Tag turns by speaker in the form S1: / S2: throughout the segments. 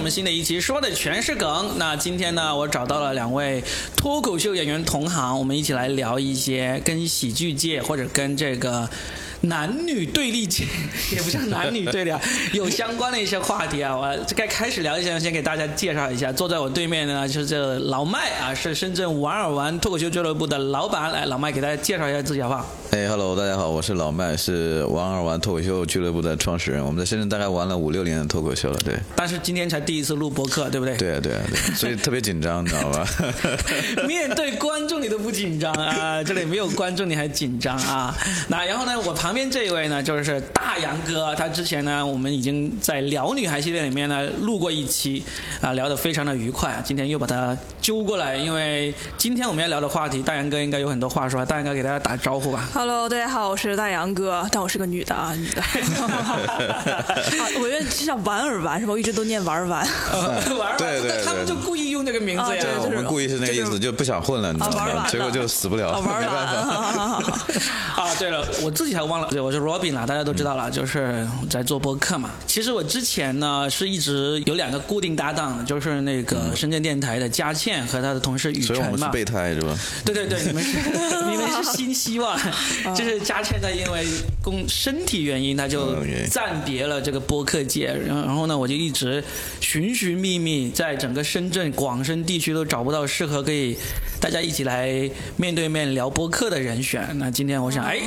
S1: 们新的一期，说的全是梗。那今天呢，我找到了两位脱口秀演员同行，我们一起来聊一些跟喜剧界或者跟这个男女对立界，也不叫男女对立啊，有相关的一些话题啊。我该开始聊一下，先给大家介绍一下，坐在我对面的呢就是这老麦啊，是深圳玩尔玩脱口秀俱乐部的老板。来，老麦给大家介绍一下自己好不好？
S2: 哎，Hello，大家好，我是老麦，是玩二玩脱口秀俱乐部的创始人。我们在深圳大概玩了五六年的脱口秀了，对。
S1: 但是今天才第一次录播客，对不对？
S2: 对啊，对啊，对啊所以特别紧张，你知道吧？
S1: 面对观众你都不紧张啊，这里没有观众你还紧张啊？那然后呢，我旁边这一位呢，就是大杨哥，他之前呢，我们已经在聊女孩系列里面呢录过一期，啊，聊得非常的愉快，今天又把他揪过来，因为今天我们要聊的话题，大杨哥应该有很多话说，大杨哥给大家打招呼 吧。
S3: Hello，大家好，我是大杨哥，但我是个女的啊，女的。啊我觉得就像玩儿玩是吧？我一直都念玩儿玩。
S1: 玩儿
S2: 对对对
S1: 他们就故意用这个名字呀。
S2: 哦对，啊
S3: 对
S2: 我们故意是那个意思，就不想混了，你知道
S3: 啊玩完
S2: 吗？
S3: 了
S2: 结果就死不了，
S3: 啊，
S2: 没
S3: 玩儿玩
S2: 办法。
S3: 啊，
S1: 啊，对了，我自己还忘了，对，我是 Robin 啦，大家都知道了，就是在做播客嘛。其实我之前呢是一直有两个固定搭档，就是那个深圳电台的佳倩和她的同事雨
S2: 所以我
S1: 辰
S2: 们是
S1: 嘛。
S2: 备胎是吧？
S1: 对对啊对，你们是 你们是新希 望，就是佳倩她因为工身体原因，她就
S2: 嗯原因
S1: 暂别了这个播客界。然后然后呢，我就一直寻寻觅觅，在整个深圳、广深地区都找不到适合可以大家一起来面对面聊播客的人选。那今天我想，哎。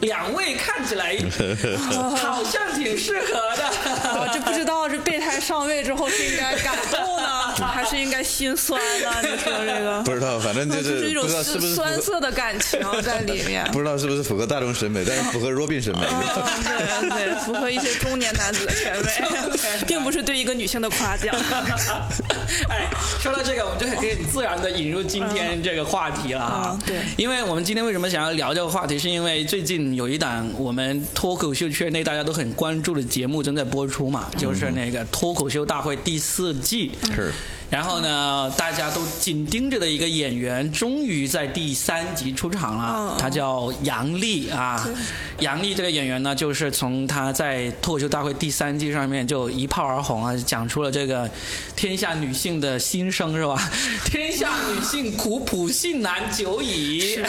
S1: 两位看起来 好像挺适合
S3: 我
S1: 的，
S3: 这不知道这备胎上位之后是应该感动呢，还是应该心酸呢？你说这个，
S2: 不知道，反正就
S3: 就是一
S2: 是
S3: 种
S2: 不知道是不是符
S3: 酸
S2: 合，
S3: 涩的感情在里面。啊
S2: 不知道是不是符合大众审美，但是符合 Robin 审 美。
S3: 对对，符合一些中年男子的权 威，并不是对一个女性的夸奖。
S1: 哎，说到这个，我们就可以自然的引入今天这个话题了啊。
S3: 嗯对
S1: 因为我们今天为什么想要聊这个话题，是因为最近有一档我们脱口秀圈内大家都很关注的节目正在播出嘛，就是那个《脱口秀大会》第四季。
S2: 是。
S1: 然后呢，大家都紧盯着的一个演员，终于在第三集出场了
S3: 哦。
S1: 他叫杨笠啊，杨笠这个演员呢，就是从他在《脱口秀大会》第三季上面就一炮而红啊，讲出了这个天下女性的心声 是吧？天下女性苦，普信男久矣。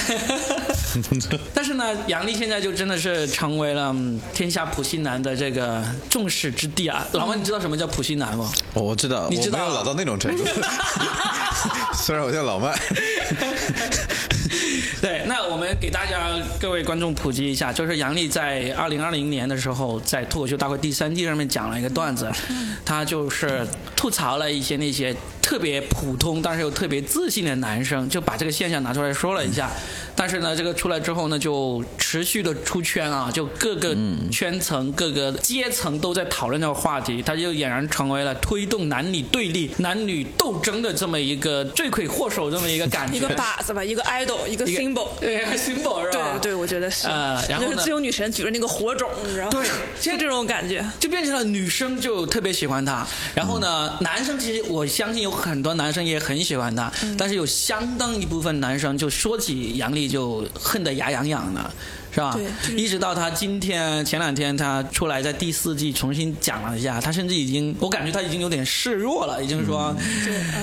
S1: 但是呢，杨笠现在就真的是成为了嗯天下普信男的这个众矢之的啊。老王，你知道什么叫普信男吗？
S2: 哦我知道，我
S1: 你知
S2: 没
S1: 道啊
S2: 有老到那种 程度。 虽然我叫老麦，
S1: 对，那我们给大家各位观众普及一下，就是杨笠在二零二零年的时候，在脱口秀大会第三季上面讲了一个段子，他就是吐槽了一些那些特别普通但是又特别自信的男生，就把这个现象拿出来说了一下。但是呢，这个出来之后呢，就持续的出圈啊，就各个圈层、各个阶层都在讨论这个话题，他就俨然成为了推动男女对立、男女斗争的这么一个罪魁祸首这么一个感觉。
S3: 一个靶子吧，一个 idol，一个
S1: 一个
S3: symbol。
S1: 对，还 symbol 是吧？
S3: 对对，我觉得是。
S1: 呃然后
S3: 就
S1: 呢
S3: 是 自由女神举着那个火种，你知道吗？
S1: 对
S3: 就这种感觉。
S1: 就变成了女生就特别喜欢他，然后呢，
S3: 嗯
S1: 男生其实我相信有很多男生也很喜欢他，
S3: 嗯
S1: 但是有相当一部分男生就说起杨笠就恨得牙痒痒的，是吧
S3: 对？就是
S1: 一直到他今天前两天他出来在第四季重新讲了一下，他甚至已经我感觉他已经有点示弱了，已经说，
S3: 啊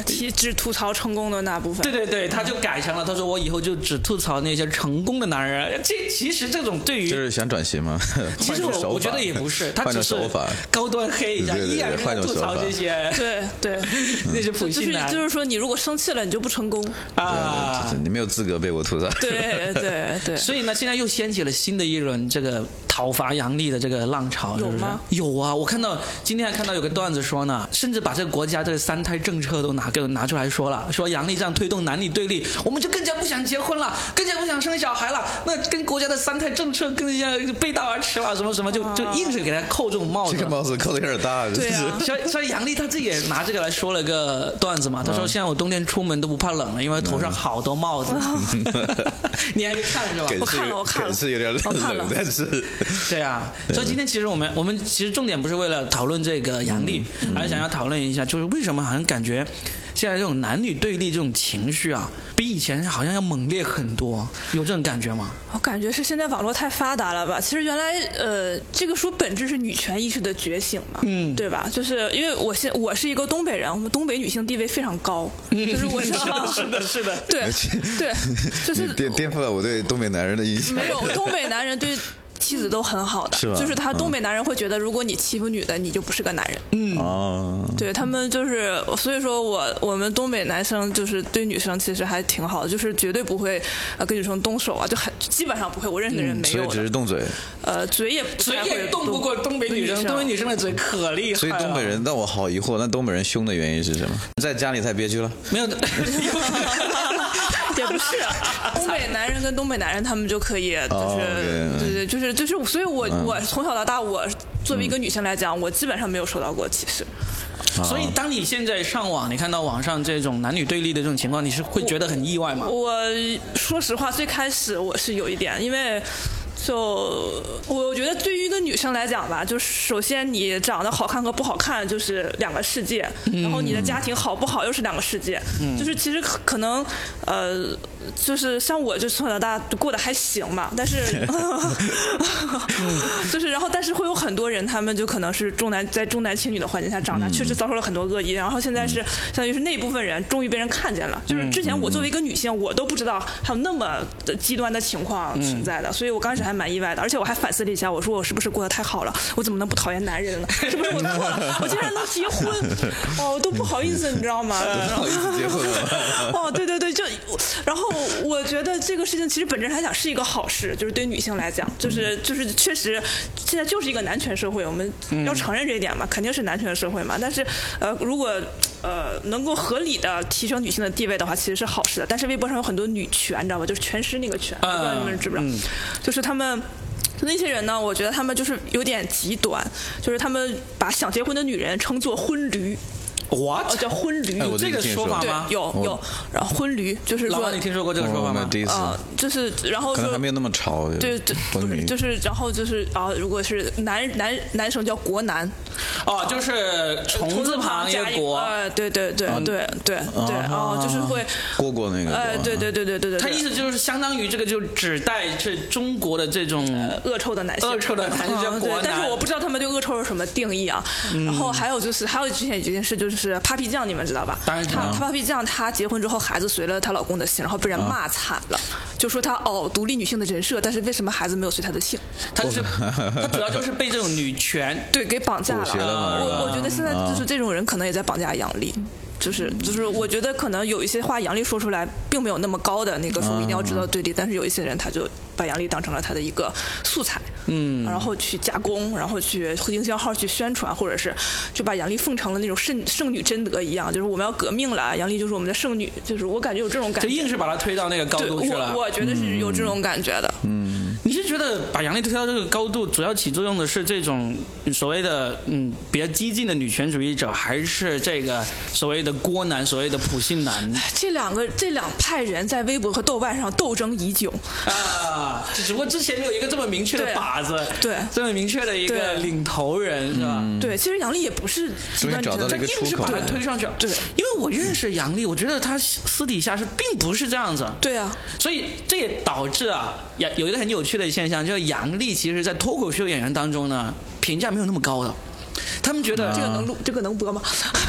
S3: 提只吐槽成功的那部分。
S1: 对对对，他就改成了他说我以后就只吐槽那些成功的男人。这其实这种对于
S2: 就是想转型吗？
S1: 其实
S2: 换种手
S1: 我
S2: 法
S1: 我觉得也不是，他
S2: 换
S1: 只
S2: 种
S1: 是
S2: 手法。
S1: 高端黑一下，
S2: 对对对
S1: 依然
S2: 换
S1: 在
S2: 种
S1: 吐
S2: 手
S1: 槽
S2: 法
S1: 这些
S3: 对 对，
S1: 那些普
S3: 就
S1: 信
S3: 是
S1: 男
S3: 就是说，你如果生气了，你就不成 功。
S1: 啊。
S2: 你没有资格被我吐槽。
S3: 对对对，
S1: 所以呢，现在又掀起了新的一轮这个讨伐杨笠的这个浪潮，是
S3: 有
S1: 不是
S3: 吗？
S1: 有啊，我看到今天还看到有个段子说呢，甚至把这个国家这个三胎政策都拿给拿出来说了，说杨笠这样推动男女对立，我们就更加不想结婚了，更加不想生小孩了，那跟国家的三胎政策更加背道而驰了，什么什么，就就硬是给他扣这种帽子。
S2: 这个帽子扣的有点大，
S3: 对啊
S2: 就是
S1: 所以，所以杨笠他自己也拿这个来说了个段子嘛。他
S2: 嗯
S1: 说：“现在我冬天出门都不怕冷了，因为头上好多帽 子。 你还没看是吧？哦
S2: 梗
S3: 我
S2: 是
S3: 看了
S2: 有
S3: 我看了
S2: 梗是有点
S3: 我看
S2: 冷
S3: 了，
S2: 但是
S1: 对啊，所以今天其实我们我
S2: 嗯
S1: 们其实重点不是为了讨论这个杨笠，而想要讨论一下，就是为什么好像感觉现在这种男女对立这种情绪啊，比以前好像要猛烈很多，有这种感觉吗？
S3: 我感觉是现在网络太发达了吧？其实原来呃，这个书本质是女权意识的觉醒嘛，嗯，对吧？就是因为我现我是一个东北人，我们东北女性地位非常高，
S1: 嗯
S3: 就是 我知道，是的，呃是的， 对对，就是
S2: 你颠颠覆了我对东北男人的印象。
S3: 没有东北男人对。妻子都很好的，
S2: 是吧
S3: 就是他东北男人会觉得，如果你欺负女的，你就不是个男人。
S2: 哦，
S3: 对他们就是，所以说我我们东北男生就是对女生其实还挺好的，就是绝对不会呃跟女生动手啊，就很基本上不会，我认识的人没
S2: 所以
S3: 有
S2: 只
S3: 的。
S2: 是动嘴，
S3: 呃，嘴也不
S1: 嘴
S3: 太
S1: 也
S3: 会
S1: 动不过东北女生，东北女生的嘴可厉害了。
S2: 所以东北人，但我好疑惑，那东北人凶的原因是什么？在家里太憋屈了，
S1: 没 有，
S3: 也不是，
S1: 啊
S3: 东北男人跟东北男人他们就可以，就是、
S2: 哦，OK，
S3: 对对，就是就是，所以我、我从小到大，我作为一个女性来讲，我基本上没有受到过歧视。
S1: 所以当你现在上网，你看到网上这种男女对立的这种情况，你是会觉得很意外吗？
S3: 我说实话，最开始我是有一点，因为。就我觉得，对于一个女生来讲吧，就是首先你长得好看和不好看就是两个世界，然后你的家庭好不好又是两个世界。就是其实可可能呃，就是像我就从小到大就过得还行嘛，但是 就是然后但是会有很多人，他们就可能是重男在重男轻女的环境下
S2: 嗯
S3: 长大，确实遭受了很多恶意，然后现在是相当于是那部分人终于被人看见
S2: 嗯
S3: 了。就是之前我作为一个女性，我都不知道还有那么的极端的情况存在
S2: 嗯
S3: 的，所以我刚开始还蛮意外的，而且我还反思了一下，我说我是不是过得太好了？我怎么能不讨厌 男人呢？是不是我错了？我竟然能结婚，哦，我都不好意思，你知道吗？
S2: 哎不好意思结婚了。
S3: 哦，对对对，就然后我觉得这个事情其实本质上来讲是一个好事，就是对女性来讲，就是就是确实现在就是一个男权社会，我们要承认这一点嘛，肯定是男权社会嘛。但是呃，如果呃能够合理的提升女性的地位的话，其实是好事的。但是微博上有很多女权，你知道吧？就是全尸那个权，
S1: 嗯
S3: 我不知道你们知不知道，就是他们。那些人呢？我觉得他们就是有点极端，就是他们把想结婚的女人称作婚驴，
S1: 我
S3: 哦，叫婚驴。
S2: 哎
S1: 有
S2: 我
S1: 这
S2: 这
S1: 个
S2: 个
S1: 说
S2: 说
S1: 法
S2: 法
S3: 对
S1: 吗，？
S3: 有
S2: 哦
S3: 有，然后婚驴就是
S1: 老
S3: 说
S1: 王，你听说过这个说
S2: 我
S1: 法吗
S2: 们？第一次，
S3: 啊、就是然后
S2: 可能还
S3: 说
S2: 没。有那么潮。
S3: 对对，不
S2: 婚
S3: 是
S2: 礼
S3: 就是，然后就是啊，如果是男男男生叫国男，
S1: 哦，就是虫字旁一
S3: 加
S1: 个
S3: 一
S1: 国，
S3: 呃，对对对
S2: 嗯
S3: 对对对，哦，就是
S2: 啊
S3: 会，
S2: 蝈蝈那个。
S3: 呃，对对。对对对对，
S1: 它意
S3: 对
S1: 思就是相当于这个就指代这中国的这种
S3: 恶臭的男性，
S1: 恶臭的男人叫
S3: 嗯
S1: 国男。
S3: 对，
S1: 嗯
S3: 但是我不知道他们对恶臭是什么定义啊。然后还有就是，还有之前有一件事就是 Papi 酱，你们知道吧？
S1: 当然知道
S3: 她她 Papi 酱她结婚之后，孩子随了她老公的姓，然后被人骂惨了，就说她哦独立女性的人设，但是为什么孩子没有随她的姓？
S1: 它是它主要就是被这种女权
S3: 对，给绑架了。
S2: 学了嘛是吧
S3: 我我觉得现在就是这种人可能也在绑架杨笠。就是就是，我觉得可能有一些话杨笠说出来，并没有那么高的那个说一定要知道对立，但是有一些人他就把杨笠当成了他的一个素材，嗯，然后去加工，然后去营销号去宣传，或者是就把杨笠奉成了那种圣圣女贞德一样，就是我们要革命了，杨笠就是我们的圣女，就是我感觉有这种感
S1: 就
S3: 觉，
S1: 硬是把它推到那个高
S3: 对
S1: 度去
S3: 我
S1: 了。
S3: 我觉得是有这种感觉的，
S1: 你是觉得把杨笠推到这个高度，主要起作用的是这种所谓的嗯比较激进的女权主义者，还是这个所谓的郭男、所谓的普信男
S3: 这两个这两派人在微博和豆瓣上斗争已久，
S1: 啊？只不过之前没有一个这么明确的
S3: 对
S1: 靶子，
S3: 对
S1: 这么明确的一个
S3: 对
S1: 领头人是吧？
S3: 对，其实杨笠也不是极
S2: 终于
S3: 端
S2: 找
S3: 之
S2: 到了
S1: 他
S2: 嗯一个
S1: 硬是
S2: 出口
S1: 把他推上去，
S3: 对
S1: 因为我认识杨笠，我觉得他私底下是并不是这样子，
S3: 对啊，
S1: 所以这也导致啊，杨有一个很有趣的现象，就是杨笠其实在脱口秀演员当中呢，评价没有那么高的，他们觉得
S3: 这个能录，
S2: 嗯
S3: 这个能播吗？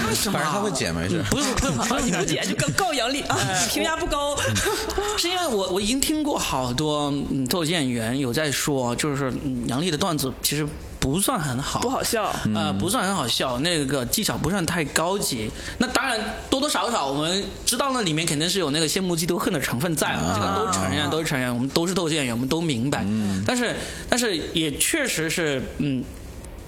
S3: 为 什
S1: 哎
S2: 反
S3: 啊
S2: 正他会剪没 事。
S1: 嗯不用不用不 用
S3: 你不解就告告杨笠啊，
S2: 哎
S3: 评价不高。
S2: 嗯
S1: 是因为我我已经听过好多嗯脱口秀演员有在说，就是嗯杨笠的段子其实不算很好，
S3: 不好笑，
S1: 呃，不算很好笑，那个技巧不算太高级。那当然，多多少少我们知道那里面肯定是有那个羡慕嫉妒恨的成分在嘛，这个都承认，都承认，我们都是斗演员，我们都明白。但是，但是也确实是，嗯。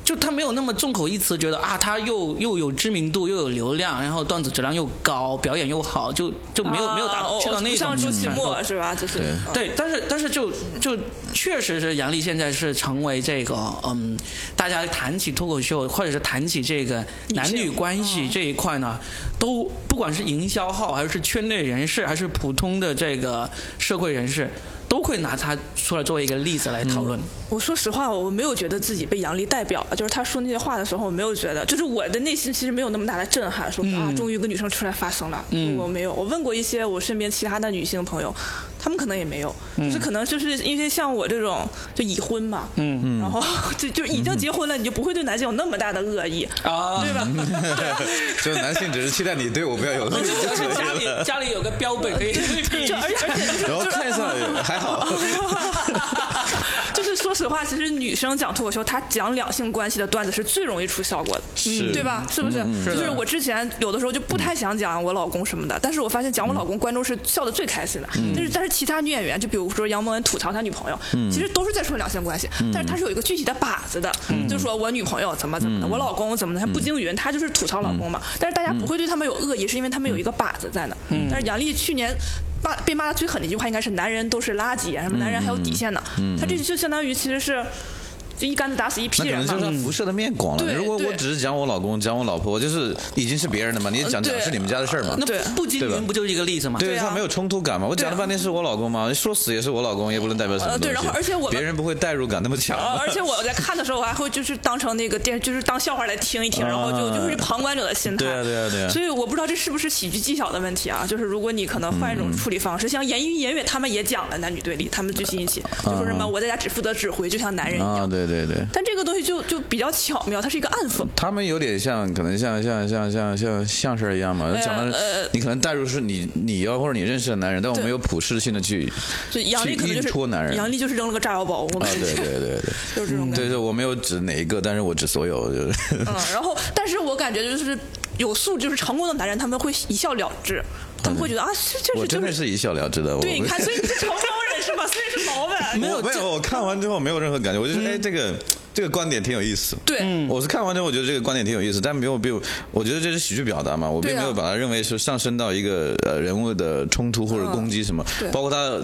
S1: 就他没有那么众口一词，觉得啊，他又又有知名度，又有流量，然后段子质量又高，表演又好，就就没有、没有达
S3: 啊
S1: 到去到那种
S3: 不像周奇
S1: 程度
S3: 墨是吧？就是
S2: 对
S3: 嗯
S1: 对，但是但是就就确实是杨笠现在是成为这个嗯，大家谈起脱口秀或者是谈起这个男女关系这一块呢，都不管是营销号还是圈内人士，还是普通的这个社会人士，都会拿它出来作为一个例子来讨论。
S3: 我说实话，我没有觉得自己被杨笠代表了。就是他说那些话的时候，我没有觉得，就是我的内心其实没有那么大的震撼，说、啊，终于一个女生出来发声了。
S1: 嗯
S3: 我没有。我问过一些我身边其他的女性朋友，她们可能也没有，就是可能就是因为像我这种就已婚嘛，
S1: 嗯
S3: 嗯，然后就就已经结婚了，你就不会对男性有那么大的恶意，
S1: 啊，
S3: 对吧？
S2: 就是男性只是期待你对我不要有恶 意
S1: 就
S2: 就可
S1: 是家
S2: 以
S1: 里
S2: 了。
S1: 家里有个标本可以对比一
S3: 就
S1: 下
S3: 而且而且 就是
S2: 然后看一下还 好，
S3: 就是说实话，其实女生讲脱口秀，她讲两性关系的段子是最容易出效果的，
S2: 是
S3: 对吧？是不是？
S1: 嗯是的
S3: 就是我之前有的时候就不太想讲我老公什么的，但是我发现讲我老公，观众是笑的最开心的。
S1: 嗯
S3: 但是但是其他女演员，就比如说杨蒙恩吐槽她女朋友，其实都是在说两性关系，
S1: 嗯
S3: 但是她是有一个具体的靶子的，就说我女朋友怎么怎么
S1: 嗯
S3: 的，我老公怎么的，她不经云，她就是吐槽老公嘛。但是大家不会对他们有恶意，是因为他们有一个靶子在那。
S1: 嗯
S3: 但是杨笠去年。骂被骂的最狠的一句话应该是“男人都是垃圾”，什么男人还有底线呢？
S1: 嗯
S3: 他这就相当于其实是就一竿子打死一
S2: 那
S3: 批
S2: 可能
S3: 人
S2: 就是
S3: 嘛
S2: 他。辐射的面广了。
S3: 对
S2: 如果我
S3: 对
S2: 只是讲我老公、讲我老婆，就是已经是别人的嘛，你讲讲
S3: 对
S2: 是你们家的事儿嘛。
S1: 那
S3: 对
S1: 步惊
S2: 对吧
S1: 云不就是一个例子吗？
S2: 对
S3: 对啊
S2: 他没有冲突感嘛？我讲了半天是我老公嘛，说死也是我老公，也不能代表什么
S3: 呃
S2: 东西。
S3: 对然后而且我们
S2: 别人不会代入感那么强
S3: 呃
S2: 嘛。
S3: 而且我在看的时候，我还会就是当成那个电，就是当笑话来听一听，
S2: 啊
S3: 然后就就是旁观者的心态。
S2: 对啊对啊对啊
S3: 所以我不知道这是不是喜剧技巧的问题啊？就是如果你可能换一
S2: 嗯
S3: 种处理方式，像严云、严远他们也讲了男女对立，他们最新一期就说什
S2: 嗯
S3: 么我在家只负责指挥，就像男人一
S2: 啊，
S3: 样。
S2: 对对对。
S3: 但这个东西就就比较巧妙，它是一个暗讽。
S2: 他们有点像，可能像像像像像相声一样嘛，讲的
S3: 呃
S2: 你可能代入是你你要或者你认识的男人，但我
S3: 对
S2: 没有普适性的去
S3: 所以杨笠可能就是
S2: 去硬戳男人
S3: 杨笠就是扔了个炸药包，我
S2: 啊
S3: 们，
S2: 对对对对，
S3: 就是这种感觉。
S2: 对对，我没有指哪一个，但是我指所有，就是
S3: 嗯，然后，但是我感觉就是有素，就是成功的男人，他们会一笑了之，他们会觉得啊，这这
S2: 我
S3: 是
S2: 真
S3: 就
S2: 的
S3: 是
S2: 是一笑了之的。我
S3: 对，你
S2: 我
S3: 看，所以你是成功人是吧？所以是 老板。
S2: 哎我没有，我看完之后没有任何感觉，我
S3: 嗯
S2: 就是哎，这个这个观点挺有意思。
S3: 对，
S2: 我是看完之后，我觉得这个观点挺有意思，但没有并我觉得这是喜剧表达嘛，我并
S3: 对啊
S2: 没有把它认为是上升到一个呃人物的冲突或者攻击什么，
S3: 嗯对
S2: 包括他。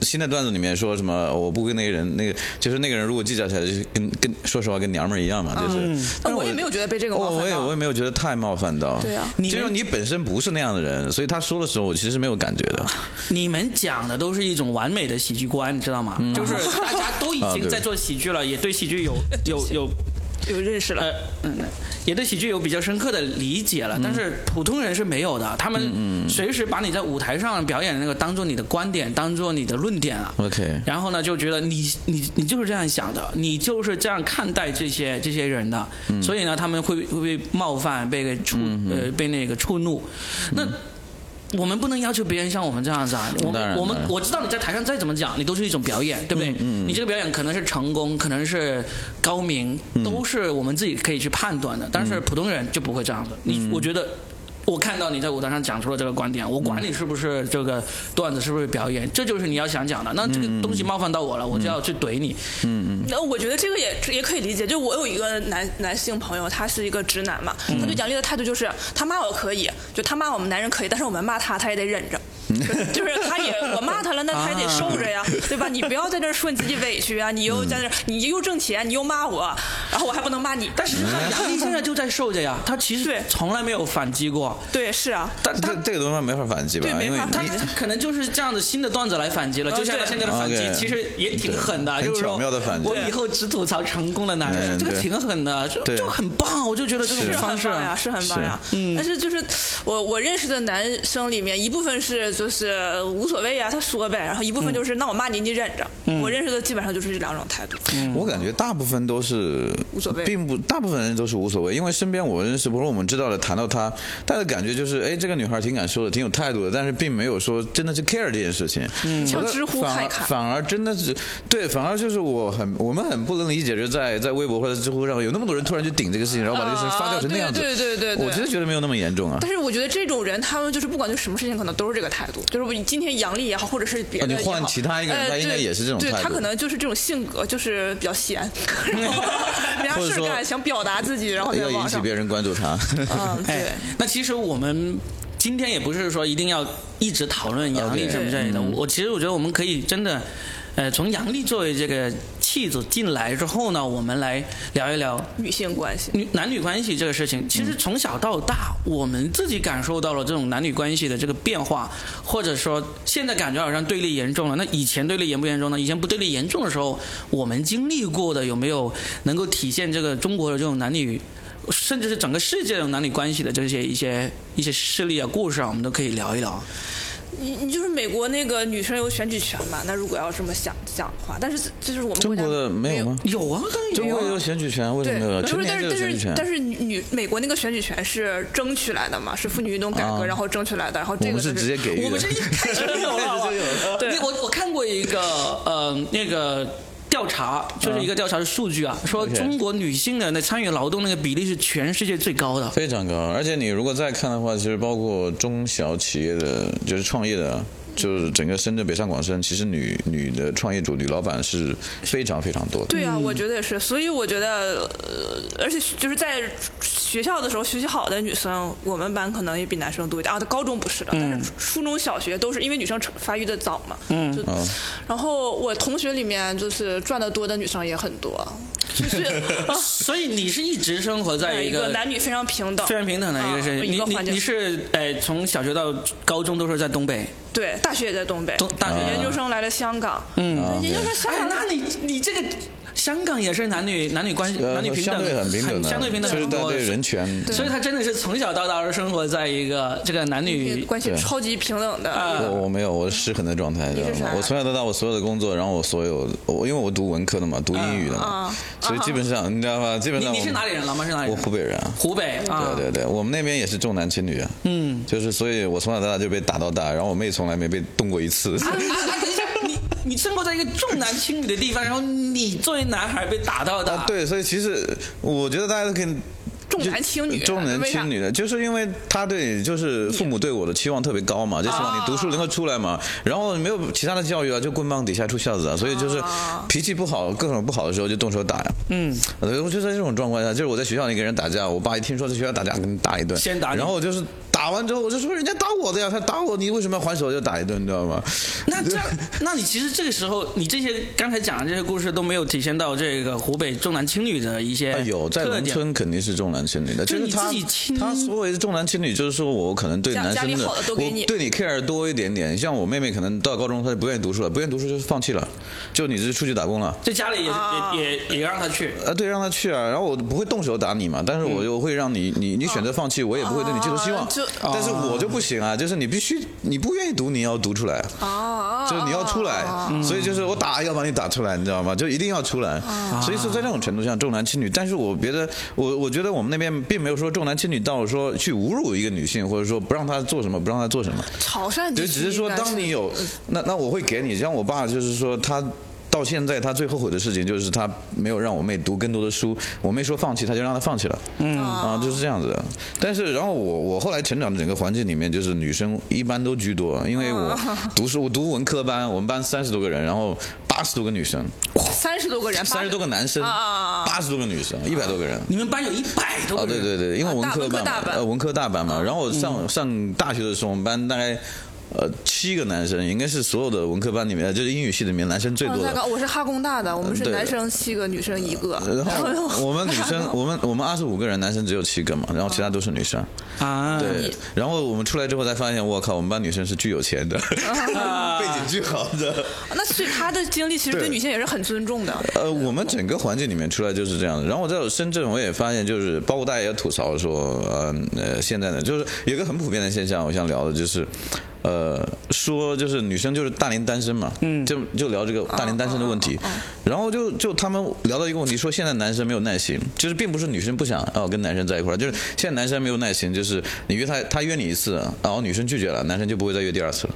S2: 新的段子里面说什么？我不跟那个人，那个就是那个人，如果计较起来，就是跟跟说实话跟娘们儿一样嘛，就是。但
S3: 嗯我也没有觉得被这个
S2: 我
S3: 冒犯
S2: 我也
S3: 到
S2: 我也没有觉得太冒犯到。
S3: 对啊
S1: 你
S2: 就是
S1: 们
S2: 你本身不是那样的人，所以他说的时候，我其实没有感觉的。
S1: 你们讲的都是一种完美的喜剧观，你知道吗？就是大家都已
S2: 嗯啊
S1: 经
S2: 对
S1: 在做喜剧了，也对喜 剧有有有
S3: 有认识了。
S1: 呃嗯，也对喜剧有比较深刻的理解
S2: 嗯
S1: 了。但是普通人是没有的，他们随时把你在舞台上表演的那个当做你的观点，当做你的论点啊。
S2: OK，
S1: 然后呢，就觉得你你你就是这样想的，你就是这样看待这些这些人的，
S2: 嗯
S1: 所以呢，他们会会被冒犯，被给触、呃被那个触怒。那我们不能要求别人像我们这样子啊！我
S2: 当然
S1: 们我们
S2: 当然嗯
S1: 我知道你在台上再怎么讲，你都是一种表演，对不对？你这个表演可能是成功，可能是高明，
S2: 嗯
S1: 都是我们自己可以去判断的。但是普通人就不会这样子。你我觉
S2: 嗯
S1: 得。我看到你在舞台上讲出了这个观点，我管你是不是这个段子是不是表演，这就是你要想讲的。
S2: 嗯
S1: 那这个东西冒犯到我了，我就要去怼 你。
S3: 那我觉得这个也也可以理解。就我有一个男男性朋友，他是一个直男嘛，
S2: 嗯
S3: 他对杨笠的态度就是，他骂我可以，就他骂我们男人可以，但是我们骂他，他也得忍着。
S2: 嗯
S3: 就是他也我骂他了，那他也得受着呀，
S2: 啊
S3: 对吧？你不要在这儿说你自己委屈啊，你又在那儿，
S2: 嗯
S3: 你又挣钱，你又骂我，然后我还不能骂你。嗯
S1: 但是杨笠现在就在受着呀，他其实
S3: 对
S1: 从来没有反击过。
S3: 对，是啊，
S2: 但这这个东西没法反击吧
S3: 对？没
S2: 因为
S3: 法
S2: 你
S1: 他 可能就是这样的新的段子来反击了，
S3: 嗯
S1: 就像他现在的反击，
S2: 对
S1: 其实也挺狠的，
S2: 对
S1: 就是
S2: 很
S1: 说
S2: 巧妙的反击
S1: 我以后只吐槽成功的男人，
S2: 嗯
S1: 这个
S2: 对
S1: 挺狠的，就
S2: 对
S1: 就很棒，我就觉得这种
S2: 是
S3: 是
S1: 方
S3: 很
S1: 式
S3: 棒呀，是很棒呀。
S1: 是嗯
S3: 但是就是我我认识的男生里面，一部分是就是无所谓啊，他说呗，然后一部分
S2: 嗯
S3: 就是、那我骂你，你忍着。我认识的基本上就是这两种态度。
S2: 我感觉大部分都是
S3: 无所谓
S2: 嗯并不大部分人都是无所谓，因为身边我认识，不是我们知道的，谈到她，她的感觉就是，哎，这个女孩挺敢说的，挺有态度的，但是并没有说真的去 care 这件事情。嗯
S3: 像知乎
S2: 反
S3: 看
S2: 而
S3: 一看
S2: 反而真的是对，反而就是我很我们很不能理解，就在在微博或者知乎上有那么多人突然就顶这个事情，然后把这个事情发酵成那样子。
S3: 啊对对对对对
S2: 我真的觉得没有那么严重啊。
S3: 但是我觉得这种人，他们就是不管对什么事情，可能都是这个态度。就是我今天杨笠也好，或者是别的
S2: 啊
S3: 也
S2: 你
S3: 好，
S2: 换其他一个人
S3: 呃
S2: 他应该
S3: 对
S2: 也是这种态
S3: 对
S2: 度
S3: 他可能就是这种性格，就是比较闲， 然 后没啥
S2: 或者
S3: 事
S2: 说
S3: 干，想表达自己，然后在
S2: 要引
S3: 网
S2: 起
S3: 上，
S2: 别人关 注她。
S3: 嗯，对
S1: 哎。，那其实我们今天也不是说一定要一直讨论杨笠
S2: OK，嗯
S1: 什么之类的，我其实我觉得我们可以真的，呃，从杨笠作为这个戏子进来之后呢，我们来聊一聊
S3: 女性关系，
S1: 女男女关系这个事情，其实从小到大，我们自己感受到了这种男女关系的这个变化，或者说现在感觉好像对立严重了。那以前对立严不严重呢？以前不对立严重的时候，我们经历过的有没有能够体现这个中国的这种男女，甚至是整个世界的男女关系的这些一些一些事例啊、故事啊，我们都可以聊一聊。
S3: 你你就是美国那个女生有选举权嘛？那如果要这么想讲的话，但是就是我们
S2: 中
S3: 国家
S2: 国的没有吗？
S1: 有啊，当然
S2: 中
S1: 有
S2: 国
S1: 啊
S2: 也有选举权，为什
S3: 对，
S2: 么没有？
S3: 不
S2: 成
S3: 是，
S2: 年
S3: 但
S2: 人
S3: 是
S2: 有
S3: 但
S2: 选举
S3: 是
S2: 权。
S3: 但是女美国那个选举权是争取来的嘛，是妇女运动改革，
S2: 啊
S3: 然后争取来的，然后
S2: 我
S3: 这个
S2: 们
S3: 就是
S2: 直接给予的，
S1: 我们这一开始就有了，
S3: 对
S1: 你我我看过一个呃那个。调查就是一个调查的数据啊，说
S2: 嗯 OK
S1: 中国女性的那参与劳动那个比例是全世界最高的。
S2: 非常高。而且你如果再看的话，其实包括中小企业的，就是创业的，就是整个深圳、北上广深，其实女女的创业主、女老板是非常非常多的。
S3: 对啊，我觉得也是，所以我觉得，呃，而且就是在学校的时候学习好的女生，我们班可能也比男生多一点啊。高中不是的，但是初中小学都是因为女生成发育的早嘛。嗯。就
S2: 嗯
S3: 然后我同学里面就是赚的多的女生也很多，就是啊
S1: 所以你是一直生活在
S3: 一
S1: 一
S3: 个
S1: 个
S3: 男女非常平等，
S1: 非常平等的一个世界。
S3: 啊一
S1: 你
S3: 个
S1: 你
S3: 环境
S1: 你是呃从小学到高中都是在东北，
S3: 对，大学也在东北，
S1: 东大学
S3: 研究生来了香港，嗯，
S2: 啊
S3: 研究生香
S1: 哎
S3: 港，
S1: 那你你这个香港也是男女男女关系
S2: 呃
S1: 男女平
S2: 相
S1: 等，
S2: 对很平等的，
S1: 相对平等
S2: 就是
S1: 很
S2: 大家
S1: 多
S2: 对人权。
S1: 所以他真的是从小到大都生活在一个这个男女
S3: 关系
S2: 对啊
S3: 超级平等的，
S2: 我我没有，我是失衡的状态，知
S3: 是
S2: 道吗
S3: 啥？
S2: 我从小到大，我所有的工作，然后我所有，我因为我读文科的嘛，读英语的嘛，所以基本上你知道吧？基
S1: 啊
S2: 本
S1: 你
S2: 上
S1: 你是
S2: 我
S1: 哪里人？老妈是哪里
S2: 我
S1: 人？
S2: 湖北人啊。
S1: 湖北啊，
S2: 对对对，我们那边也是重男轻女啊。嗯，就是所以，我从小到大就被打到大，然后我妹从来没被动过一次。
S1: 啊啊啊！等一下， 你你生活在一个重男轻女的地方，然后你作为男孩被打到的，
S2: 啊，，对，所以其实我觉得大家都可以。
S3: 重男轻女啊
S2: 重男
S3: 为啥
S2: 轻女的，就是因为他对就是父母对我的期望特别高嘛，就希望你
S3: 哦
S2: 读书能够出来嘛，然后没有其他的教育啊，就棍棒底下出孝子啊，所以就是
S3: 哦
S2: 脾气不好，各种不好的时候就动手打呀。嗯，我就在这种状况下，就是我在学校里跟人打架，我爸一听说在学校打架，给你打一顿，
S1: 先打你
S2: 然后我就是打完之后，我就说人家打我的呀，他打我，你为什么要还手就打一顿，你知道吗？
S1: 那这样，那你其实这个时候，你这些刚才讲的这些故事都没有体现到这个湖北重男轻女的一些
S2: 啊，有在
S1: 哎特
S2: 农
S1: 点。
S2: 村肯定是重男轻女的，
S1: 就是你
S2: 他
S1: 自己亲
S2: 他所谓的重男轻女，就是说我可能对
S3: 家
S2: 男
S3: 家里
S2: 生的
S3: 好的都给你
S2: 我对你 care 多一点点。像我妹妹可能到高中她就不愿意读书了，不愿意读书就放弃了，就你是出去打工了。
S1: 就家里也、也也也让他去，
S2: 啊，对，让她去啊，然后我不会动手打你嘛，但是我又会让
S1: 嗯
S2: 你，你你选择放弃，我也不会对你寄出希
S1: 哦
S2: 望
S3: 啊就。
S2: 但是我就不行啊，就是你必须，你不愿意读，你要读出来，
S3: 啊，
S2: 就是你要出来，所以就是我打要把你打出来，你知道吗？就一定要出来。所以说在这种程度上重男轻女，但是我觉得我我觉得我们那边并没有说重男轻女到说去侮辱一个女性，或者说不让她做什么，不让她做什么，
S3: 潮汕地
S2: 就
S3: 区
S2: 只是说
S3: 应该
S2: 当你有那那我会给你，像我爸就是说他。到现在，他最后悔的事情就是他没有让我妹读更多的书。我妹说放弃，他就让她放弃了。嗯啊，就是这样子的。但是，然后我我后来成长的整个环境里面，就是女生一般都居多，因为我
S3: 嗯
S2: 读书，我读文科班，我们班三十多个人，然后八十多个女生，
S3: 三十多个人，哎八
S2: 三十多个男生，
S3: 啊
S2: 八十多个女生，一百多个人。
S1: 你们班有一百多
S2: 哦，
S1: 个
S2: 对
S1: 人，
S2: 对对，因为
S3: 啊
S2: 文
S3: 大
S2: 科
S3: 文科
S2: 班嘛
S3: 大，嗯班
S2: 呃，文科大班嘛。然后我上上大学的时候，我们班大概呃七个男生，应该是所有的文科班里面，就是英语系里面男生最
S3: 哦
S2: 多
S3: 大
S2: 的嗯
S3: 哥，。我是哈工大的，我们是
S2: 对
S3: 男生七个，女生一个。
S2: 呃然后我们女生，我们我们二十五个人，男生只有七个嘛，然后
S3: 哦
S2: 其他都是女生。
S1: 啊，
S2: 对，然后我们出来之后才发现，我靠，我们班女生是巨有钱 的，背景巨好的。
S3: 那所以他的经历其实对
S2: 对
S3: 女性也是很尊重的。
S2: 呃，我们整个环境里面出来就是这样的。然后我在深圳，我也发现，就是包括大家也吐槽说，呃呃，现在呢，就是有一个很普遍的现象，我想聊的就是，呃，说就是女生就是大龄单身嘛，嗯，就就聊这个
S3: 哦
S2: 大龄单身的问题。然后就就他们聊到一个问题，说现在男生没有耐心，就是并不是女生不想哦跟男生在一块儿，就是现在男生没有耐心，就是你约他，他约你一次，然后女生拒绝了，男生就不会再约第二次了。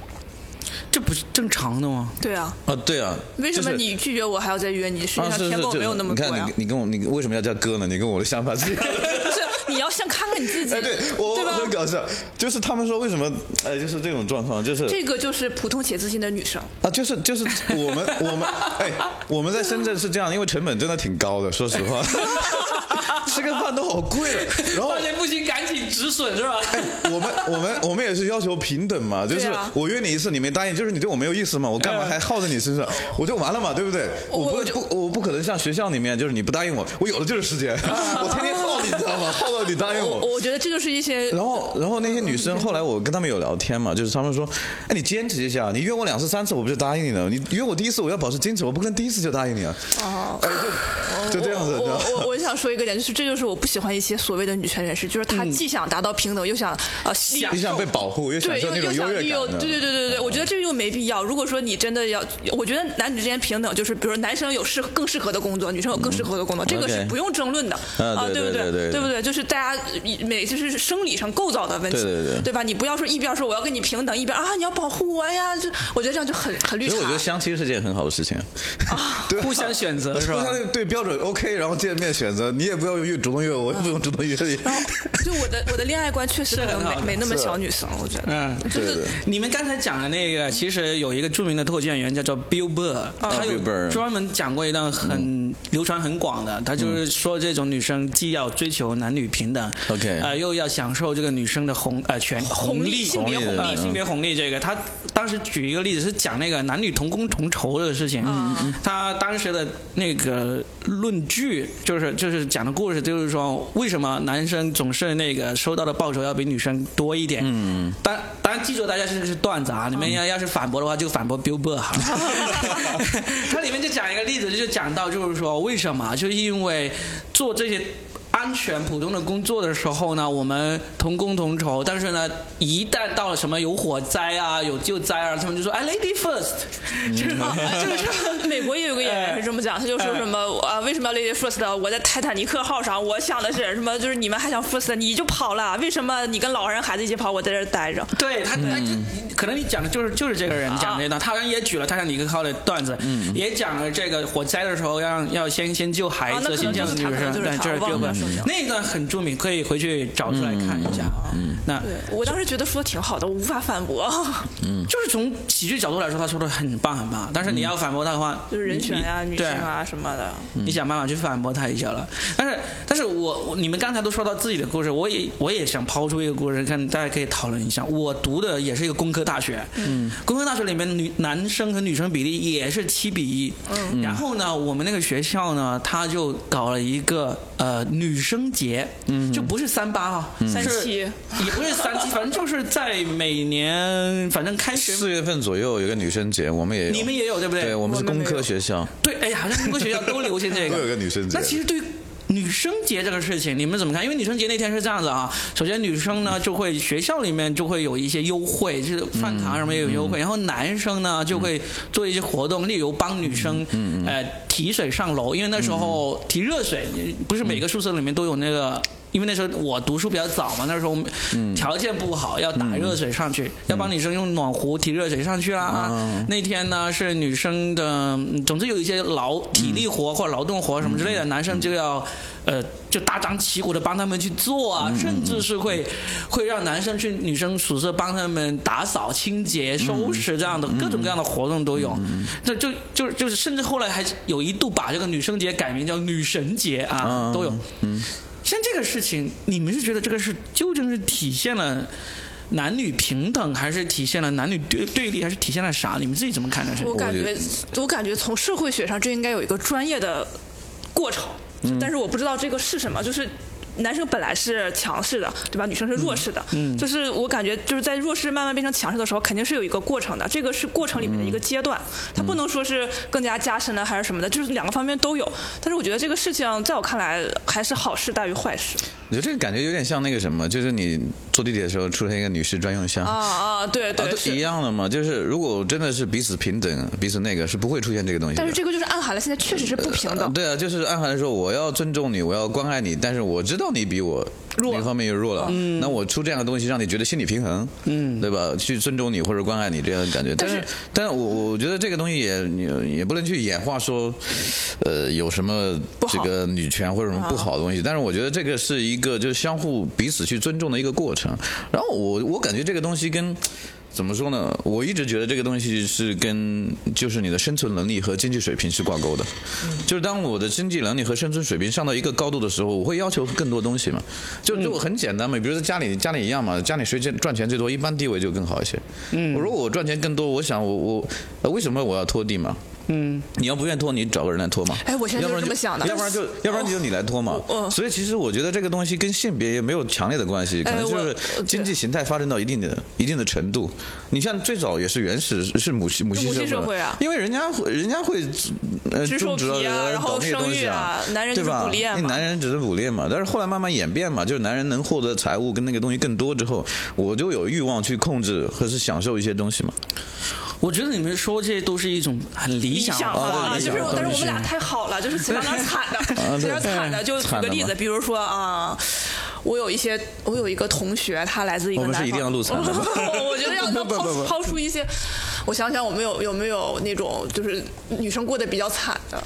S1: 这不是正常的吗？
S3: 对啊，
S2: 啊，对啊，
S3: 为什么
S2: 就是
S3: 你拒绝我还要再约你？世界
S2: 啊，
S3: 上
S2: 是是
S3: 舔狗
S2: 是，
S3: 没有那么
S2: 你
S3: 多
S2: 看
S3: 呀
S2: 你。你跟我你为什么要叫哥呢？你跟我的想法是一样的。
S3: 不是，你要先看看你自 己，
S2: 哎，对我
S3: 对
S2: 我很
S3: 吧？
S2: 搞笑，就是他们说为什么，哎，就是这种状况，就是
S3: 这个就是普通且自信的女生。
S2: 啊，就是就是我们我们哎，我们在深圳是这样，因为成 本真的挺高的，说实话，吃个饭都好贵了。然后
S1: 发现不行，赶紧止损是吧？
S2: 我们我们我们也是要求平等嘛，就是
S3: 对啊嗯
S2: 我约你一次，你没答应，就是你对我没有意思嘛，我干嘛还耗在你身上？我就完了嘛，对不对？我不不我不可能像学校里面，就是你不答应我，我有的就是时间， 我天天耗你，你知道吗？耗到你答应
S3: 啊我我觉得这就是一
S2: 哎
S3: 些
S2: 然后，然后那些女生后来我跟她们有聊天嘛，就是她们说，哎，你坚持一下，你约我两次、三次，我不就答应你了？你约我第一次，我要保持矜持，我不可能第一次就答应你啊。哦，哎，就就这样子，你知
S3: 我
S2: 道吗？
S3: 我我想说一个点，就是这就是我不喜欢一些所谓的女权人士，就是她既想达到平等，又想呃利
S2: 你嗯想被保护，又享
S3: 对，
S2: 受
S3: 又
S2: 那
S3: 又
S2: 种优
S3: 想利
S2: 越
S3: 用，
S2: 感的，嗯
S3: 对对对对对，我觉得这又没必要。如果说你真的要，我觉得男女之间平等，就是比如说男生有适更适合的工作，女生有更适合的工作，这个是
S2: 嗯 OK
S3: 不用争论的
S2: 啊对
S3: 不
S2: 对对对对
S3: 对不对？就是大家呃每就是生理上构造的问题，
S2: 对对对
S3: 吧？你不要说一边说我要跟你平等，一边啊你要保护我呀，就我觉得这样就很很绿
S2: 所
S3: 茶
S2: 以我。觉得相亲是件很好的事情，对啊
S1: 互相选择是吧
S2: 互相对标准 OK，然后见面选择，你也不要越主动约我，我也不用主动约你。
S3: 然后 就我的我的恋爱观确实可能
S1: 是很好的
S3: 没没那么小女生，我觉得。
S1: 嗯，
S2: 对对，
S1: 你们刚才讲的那个，其实有一个著名的脱口秀演员叫做 Bill Burr，、他有
S2: Bill Burr
S1: 专门讲过一段很、流传很广的，他就是说这种女生既要追求男女平等
S2: OK
S1: 呃，又要享受这个女生的红呃权红
S3: 利性别
S2: 红利
S1: 呃
S2: 嗯
S1: 性别红利这个，他当时举一个例子是讲那个男女同工同酬的事情，他当时的那个论据就是就是讲的故事，就是说为什么男生总是那个收到的报酬要比女生多一点，嗯，当当然记住大家这个是段子啊，你们要要是反驳的话就反驳 Bill Burr 哈， 它里面就讲一个例子，就讲到就是说为什么，就是因为做这些。安全普通的工作的时候呢，我们同工同酬，但是呢，一旦到了什么有火灾啊、有救灾啊，他们就说哎，lady first，就是
S3: 啊， 就是美国也有个演员是这么讲，他就说什么啊，为什么要 Lady First？呢我在泰坦尼克号上，我想的是什么？就是你们还想 First，你就跑了，为什么你跟老人孩子一起跑，我在这儿待着？
S1: 对他，他
S3: 嗯
S1: 可能你讲的就是就是这个人讲的那段，
S3: 啊
S1: 他人也举了泰坦尼克号的段子，
S3: 嗯
S1: 也讲了这个火灾的时候要要先先救孩
S3: 啊
S1: 子，
S3: 那可
S1: 先
S3: 能
S1: 救
S3: 就是
S1: 女
S3: 他可
S1: 生，
S3: 能就是
S1: 对，
S3: 他
S1: 这是
S3: 我忘
S1: Bill
S3: 了
S1: Burr
S3: 说叫
S1: 那一段很著名，可以回去找出来看一下啊。那
S3: 嗯对我当时觉得说挺好的，我无法反驳，
S1: 就是从喜剧角度来说，他说的很棒很棒，但是你要反驳他的话，
S3: 嗯就是人权呀、
S1: 你
S3: 女性，啊什么的。
S1: 嗯对你想办法去反驳他一下了。但是，但是我我你们刚才都说到自己的故事，我也我也想抛出一个故事，看大家可以讨论一下。我读的也是一个工科大学，嗯，工科大学里面女男生和女生比例也是七比一，嗯，然后呢，我们那个学校呢，他就搞了一个呃女生节，嗯，就不是三八啊，
S3: 三
S1: 是
S3: 七
S1: 也不是三七，反正就是在每年反正开学
S2: 四月份左右有个女生节，我们也有
S1: 你们也有对不对？
S2: 对，我们是
S3: 我们
S2: 工
S3: 没有
S2: 科学校，
S1: 对，哎呀，好像各个学校都流行这个，
S2: 都有个女生节
S1: 那其 实对于女生节这个事情，你们怎么看？因为女生节那天是这样子啊，首先女生呢就会学校里面就会有一些优惠，就是饭堂什么也有优惠，然后男生呢就会做一些活动，例如帮女生、呃提水上楼，因为那时候提热水，不是每个宿舍里面都有那个。因为那时候我读书比较早嘛，那时候条件不好，要打热水上去，要帮女生用暖壶提热水上去啦、嗯啊。那天呢是女生的，嗯总之有一些劳体力活或者劳动活什么之类的，男生就要呃就大张旗鼓的帮他们去做啊，甚至是会会让男生去女生宿舍帮他们打扫、清洁、收拾这样的、各种各样的活动都有。这就就就是甚至后来还有一度把这个女生节改名叫女神节啊，都有。像这个事情，你们是觉得这个是究竟是体现了男女平等，还是体现了男女对对立，还是体现了啥？你们自己怎么看这事？
S3: 我感觉，我感觉从社会学上，这应该有一个专业的过程，但是我不知道这个是什么，就是。男生本来是强势的，对吧？女生是弱势的，就是我感觉就是在弱势慢慢变成强势的时候，肯定是有一个过程的。这个是过程里面的一个阶段，它不能说是更加加深了还是什么的，就是两个方面都有。但是我觉得这个事情在我看来还是好事大于坏事。
S2: 我觉得这个感觉有点像那个什么，就是你坐地铁的时候出现一个女士专用箱
S3: 啊啊，对
S2: 啊，
S3: 对
S2: 都一
S3: 是。
S2: 样的嘛，就是如果真的是彼此平等，彼此那个是不会出现这个东西的。
S3: 但是这个就是暗含了现在确实是不平
S2: 呃
S3: 等。
S2: 对啊，就是暗含说我要尊重你，我要关爱你，但是我知道你比我
S3: 弱嗯
S2: 哪方面又弱了，那我出这样的东西让你觉得心理平衡，嗯，对吧？去尊重你或者关爱你这样的感觉，但
S3: 是
S2: 是，但是我我觉得这个东西也也也不能去演化说，呃，有什么
S3: 不
S2: 这
S3: 好啊
S2: 个女权或者什么不好的东西，但是我觉得这个是一个就是相互彼此去尊重的一个过程。然后我我感觉这个东西跟怎么说呢？我一直觉得这个东西是跟就是你的生存能力和经济水平是挂钩的。
S4: 嗯
S2: 就是当我的经济能力和生存水平上到一个高度的时候，我会要求更多东西嘛。就
S4: 嗯
S2: 就很简单嘛，比如说家里家里一样嘛，家里谁赚赚钱最多，一般地位就更好一些。嗯，如果我赚钱更多，我想我我、呃为什么我要拖地嘛？嗯，你要不愿意拖，你找个人来拖嘛。
S4: 哎我现在
S2: 要不然
S4: 就是这么想的哦
S2: 要不然就要不然就你来拖嘛。
S3: 哦
S2: 所以其实我觉得这个东西跟性别也没有强烈的关系，可
S4: 哎
S2: 能就
S3: 我
S2: 是
S4: 呃
S2: 经济形态发展到一定的一定的程度。你像最早也是原始是母系母系
S3: 母系社
S2: 嘛
S3: 会啊
S2: 因为人家会人家会呃
S3: 织
S2: 种
S3: 兽
S2: 植
S3: 皮啊
S2: 人
S3: 然后
S2: 搞那些
S3: 生
S2: 东
S3: 育
S2: 西
S3: 啊男人
S2: 对
S3: 就是
S2: 吧？
S3: 捕猎
S2: 那
S3: 嘛
S2: 男人只是捕猎嘛，但是后来慢慢演变嘛，就是男人能获得财物跟那个东西更多之后，我就有欲望去控制或是享受一些东西嘛。
S1: 我觉得你们说这都是一种很理想
S3: 想
S1: 化的
S3: 啊，
S1: 东西
S3: 就是我，但是我们俩太好了，就是前两天惨的，
S2: 对
S3: 前两天惨的。就举
S2: 惨
S3: 个
S2: 的
S3: 例子，
S2: 嘛
S3: 比如说啊，我有一些，我有一个同学，他来自一个
S2: 我
S3: 南
S2: 们是
S3: 方，
S2: 一定 要录惨的吗
S3: 我觉得要
S2: 不
S3: 要
S2: 不
S3: 抛
S2: 不不
S3: 抛出一些，我想想，我们有有没有那种就是女生过得比较惨的？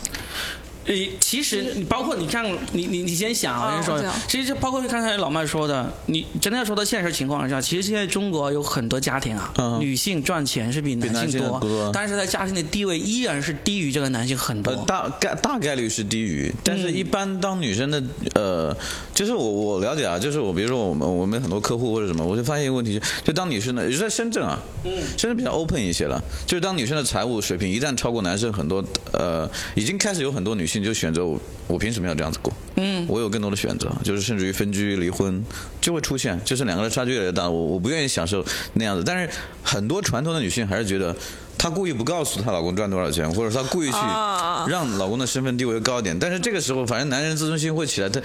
S1: 呃，其实你包括你看，你你你先想，我先说
S3: 这样，
S1: 其实就包括刚才老麦说的，你真的要说到现实情况下，其实现在中国有很多家庭啊，
S2: 嗯
S1: 女性赚钱是比
S2: 男
S1: 男性
S2: 性
S1: 多
S2: 多，
S1: 但是在家庭的地位依然是低于这个男性很
S2: 呃
S1: 多，。
S2: 大概大概率是低于，但是一般当女生的、呃，就是我我了解啊，就是我比如说我们我们很多客户或者什么，我就发现一个问题，就当女生的，也是在深圳啊，嗯，深圳比较 open 一些了，就是当女生的财务水平一旦超过男生很多，呃，已经开始有很多女性就选择我我凭什么要这样子过？嗯，我有更多的选择，就是甚至于分居、离婚就会出现，就是两个人差距越来越大，我我不愿意享受那样子，但是很多传统的女性还是觉得。她故意不告诉她老公赚多少钱，或者她故意去
S3: 啊
S2: 让老公的身份地位高一点。但是这个时候，反正男人自尊心会起来，他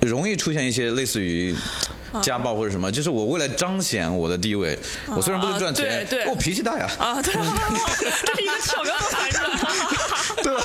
S2: 容易出现一些类似于。家暴或者什么，就是我为了彰显我的地位，我虽然不能赚钱，
S3: 对对
S2: 我脾气大呀，
S3: 啊，对， 这是一个巧妙的反转。
S2: 对吧？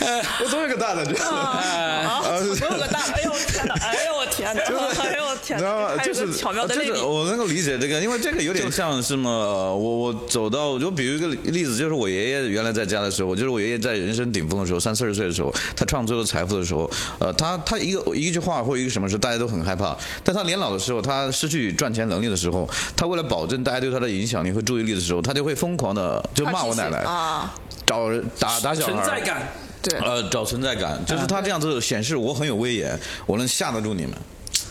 S2: 哎，我总有个大的， 这
S3: 啊，我有个 大，哎呦我天哪，哎呦我天哪，哎呦我
S2: 你
S3: 天
S2: 知道
S3: 哪，
S2: 吗？
S3: 还
S2: 就
S3: 有个
S2: 是啊
S3: 巧妙的类
S2: 就
S3: 比
S2: 是。我能够理解这个，因为这个有点像是么？呃我我走到就比如一个例子，就是我爷爷原来在家的时候，就是我爷爷在人生顶峰的时候，三四十岁的时候，他创造了财富的时候，呃，他他一个一句话或一个什么事，大家都很害怕。但他年老的时候，他失去赚钱能力的时候，他为了保证大家对他的影响力和注意力的时候，他就会疯狂的就骂我奶奶，
S3: 啊，
S2: 找人打打小孩，
S1: 存在感，
S3: 对，
S2: 呃，找存在感，就是他这样子显示我很有威严，我能吓得住你们，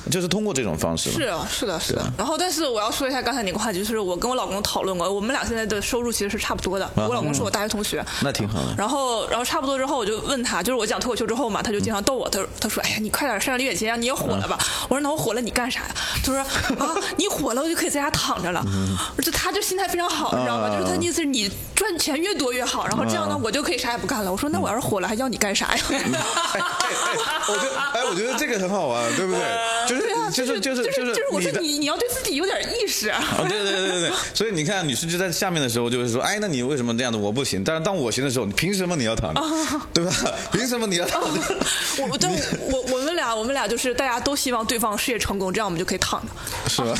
S2: 就是通过这种方式嘛。
S3: 是啊，是的，是
S2: 对
S3: 的
S2: 啊。
S3: 然后，但是我要说一下刚才你个话题，就是我跟我老公讨论过，我们俩现在的收入其实是差不多
S2: 啊
S3: 的。我老公是我大学同学，
S2: 那挺好的。
S3: 然后，然后差不多之后，我就问他，就是我讲脱口秀之后嘛，他就经常逗我，他说他说，哎呀，你快点上离远街啊，你也火了吧？
S2: 嗯
S3: 我说那我火了你干啥呀？他说啊，你火了我就可以在家躺着了。
S2: 嗯
S3: 就他就心态非常好，你知道吗？
S2: 啊
S3: 就是他的意思是你赚钱越多越好，然后这样呢我就可以啥也不干了。我说那我要是火了还要你干啥呀？
S2: 哎哎，我觉得哎，我觉得这个很好玩，对不对？就是
S3: 对啊，
S2: 就是
S3: 就是就是我说
S2: 的。
S3: 你你要对自己有点意识。
S2: 啊，对对对对对，所以你看，女士就在下面的时候就会说，哎，那你为什么这样子？我不行。但是当我行的时候，你凭什么你要躺着，
S3: 哦
S2: 对吧？凭什么你要躺着？
S3: 我我但我我们俩我们俩就是大家都希望对方事业成功，这样我们就可以躺着。
S2: 是 吧？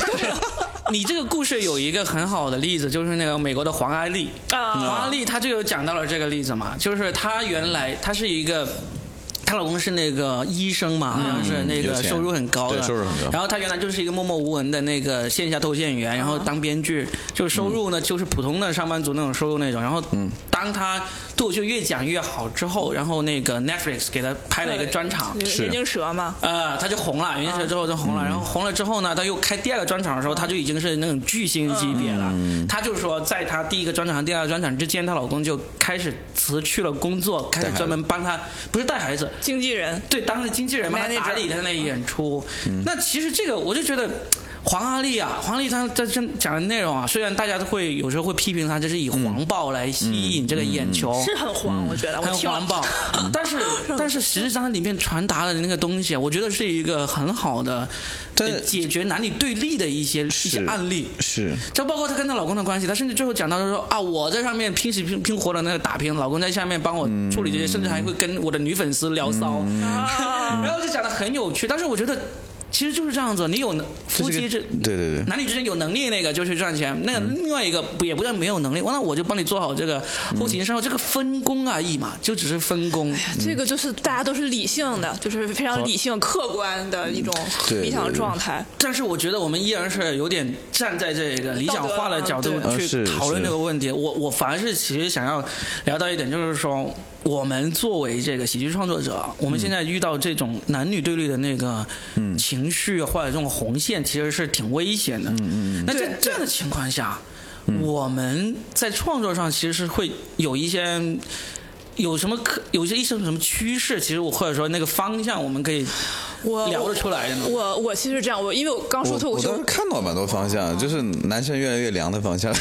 S1: 你这个故事有一个很好的例子，就是那个美国的黄阿丽
S3: 啊
S1: 黄阿丽她就有讲到了这个例子嘛，就是她原来她是一个。她老公是那个医生嘛，好像是那
S2: 嗯有
S1: 个
S2: 钱
S1: 收入很高的，
S2: 对收入很高啊
S1: 然后她原来就是一个默默无闻的那个线下脱口秀演员，然后当编剧，就收入
S2: 嗯
S1: 呢就是普通的上班族那种收入那种。然后，当她脱口秀越讲越好之后，然后那个 Netflix 给她拍了一个专场，
S2: 是
S3: 眼镜蛇嘛，
S1: 呃，他就红了，袁泉之后就红了，然后红了之后呢，他又开第二个专场的时候，他就已经是那种巨星级别了。他就说，在他第一个专场和第二个专场之间，她老公就开始辞去了工作，开始专门帮她，不是带孩子，
S3: 经纪人。
S1: 对，当时经纪人嘛，他
S3: Manager
S1: 打理他那演出。那其实这个，我就觉得。黄阿丽啊，黄阿丽她在这讲的内容啊，虽然大家都会有时候会批评她，就是以黄暴来吸引这个眼球，
S2: 哦
S3: 是很
S2: 嗯
S3: 黄，我觉得我
S1: 很
S3: 听了嗯
S1: 环 保，但是但是实际上里面传达的那个东西，我觉得是一个很好的，
S2: 但
S1: 呃解决男女对立的一些一些案例。
S2: 是，
S1: 就包括她跟她老公的关系，她甚至最后讲到说啊，我在上面拼死拼拼活的那个打拼，老公在下面帮我处
S2: 嗯
S3: 啊
S1: 理这些，甚至还会跟我的女粉丝聊骚，然后就讲的很有趣。但是我觉得其实就是这样子，你有能
S2: 这
S1: 夫
S2: 是
S1: 妻
S2: 个
S1: 之
S2: 对对对，
S1: 男女之间有能力那个就去赚钱，那个另外一个不也不叫没有能力，那我就帮你做好这个后勤生活，这个分工而已嘛，就只是分工。
S3: 这个就是大家都是理性的，就是非常理性、客观的一种
S2: 对
S3: 理想
S2: 对对
S3: 状态。
S1: 但是我觉得我们依然是有点站在这个理想化的角度
S3: 道
S2: 德啊
S1: 去
S2: 对
S1: 讨论
S2: 是
S1: 这个问题。我我反而是其实想要聊到一点，就是说我们作为这个喜剧创作者，我们现在遇到这种男女对立的那个情绪啊或者这种红线，其实是挺危险的。嗯嗯。那在
S3: 对
S1: 这样的情况下，我们在创作上其实是会有一些。有什么可有些一些什么趋势？其实我或者说那个方向，我们可以
S3: 我
S1: 聊得出来的呢。
S3: 我我其实是这样，我因为我刚说脱
S2: 我
S3: 口
S2: 我
S3: 秀
S2: 倒是，看到蛮多方向，就是男生越来越凉的方向。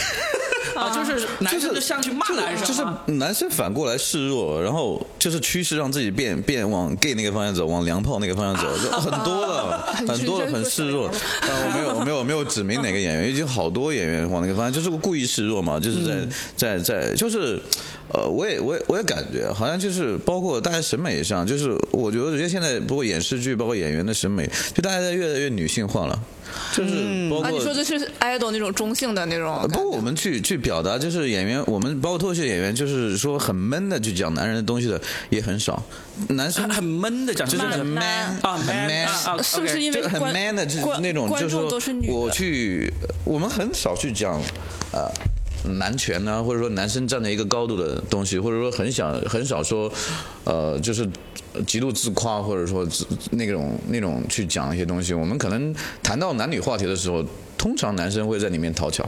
S1: 啊，就是男生就上去骂男生，啊
S2: 就是
S3: 啊
S2: 男生反过来示弱，然后就是趋势让自己变变往 gay 那个方向走，往凉炮那个方 向走，就很多了，很多了，很示弱。呃，我没有，我没有，我没有指明哪个演员，已经好多演员往那个方向，就是故意示弱嘛，就是在、
S3: 嗯
S2: 在在，就是，呃，我也我也我也感觉好像就是包括大家审美上，就是我觉得人家现在包括演视剧，包括演员的审美，就大家在越来越女性化了，就是包括、
S3: 啊，你说的是 idol 那种中性的那种感觉，
S2: 包呃括我们去去表达，就是演员，我们包括脱口秀演员，就是说很闷的去讲男人的东西的也很少，男生
S1: 很很闷的讲，
S2: 就是
S1: 真的
S2: 很 man
S1: 啊
S2: 很
S1: man 啊
S2: man。
S1: 啊，
S3: 是不是
S1: OK
S3: 因为
S2: 就很
S3: 观
S2: man 的，就是
S3: 观
S2: 那种，
S3: 观
S2: 就是
S3: 众
S2: 说
S3: 都是女的，
S2: 我去，我们很少去讲，呃，男权啊，或者说男生站在一个高度的东西，或者说很想很少说，呃，就是极度自夸，或者说自那种那种去讲一些东西。我们可能谈到男女话题的时候，通常男生会在里面讨巧。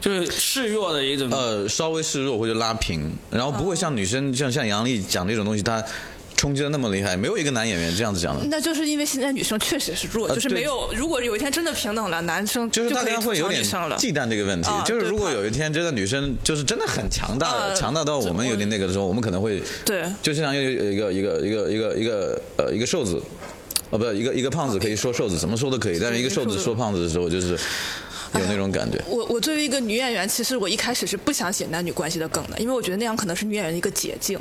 S1: 就是示弱的一种，
S2: 呃，稍微示弱或者拉平，然后不会像女生像像杨笠讲这种东西，她冲击的那么厉害，没有一个男演员这样子讲的。
S3: 那就是因为现在女生确实是弱，
S2: 呃
S3: 就是
S2: 对
S3: 没有。如果有一天真的平等了，男生
S2: 就是大
S3: 可以
S2: 家
S3: 吐
S2: 会有
S3: 槽
S2: 点
S3: 女生了。
S2: 忌惮这个问题，
S3: 啊
S2: 就是
S3: 对
S2: 如果
S3: 怕
S2: 有一天真的女生就是真的很强大的，
S3: 啊
S2: 强大到我们有点那个的时候，我们可能会
S3: 对
S2: 就像一个一个一个一个一个呃一个瘦子，呃不一个一个胖子可以说瘦子，怎么说都可以，但是一个瘦子说胖子的时候，就是有那种感觉。
S3: 我我作为一个女演员，其实我一开始是不想写男女关系的梗的，因为我觉得那样可能是女演员的一个捷径。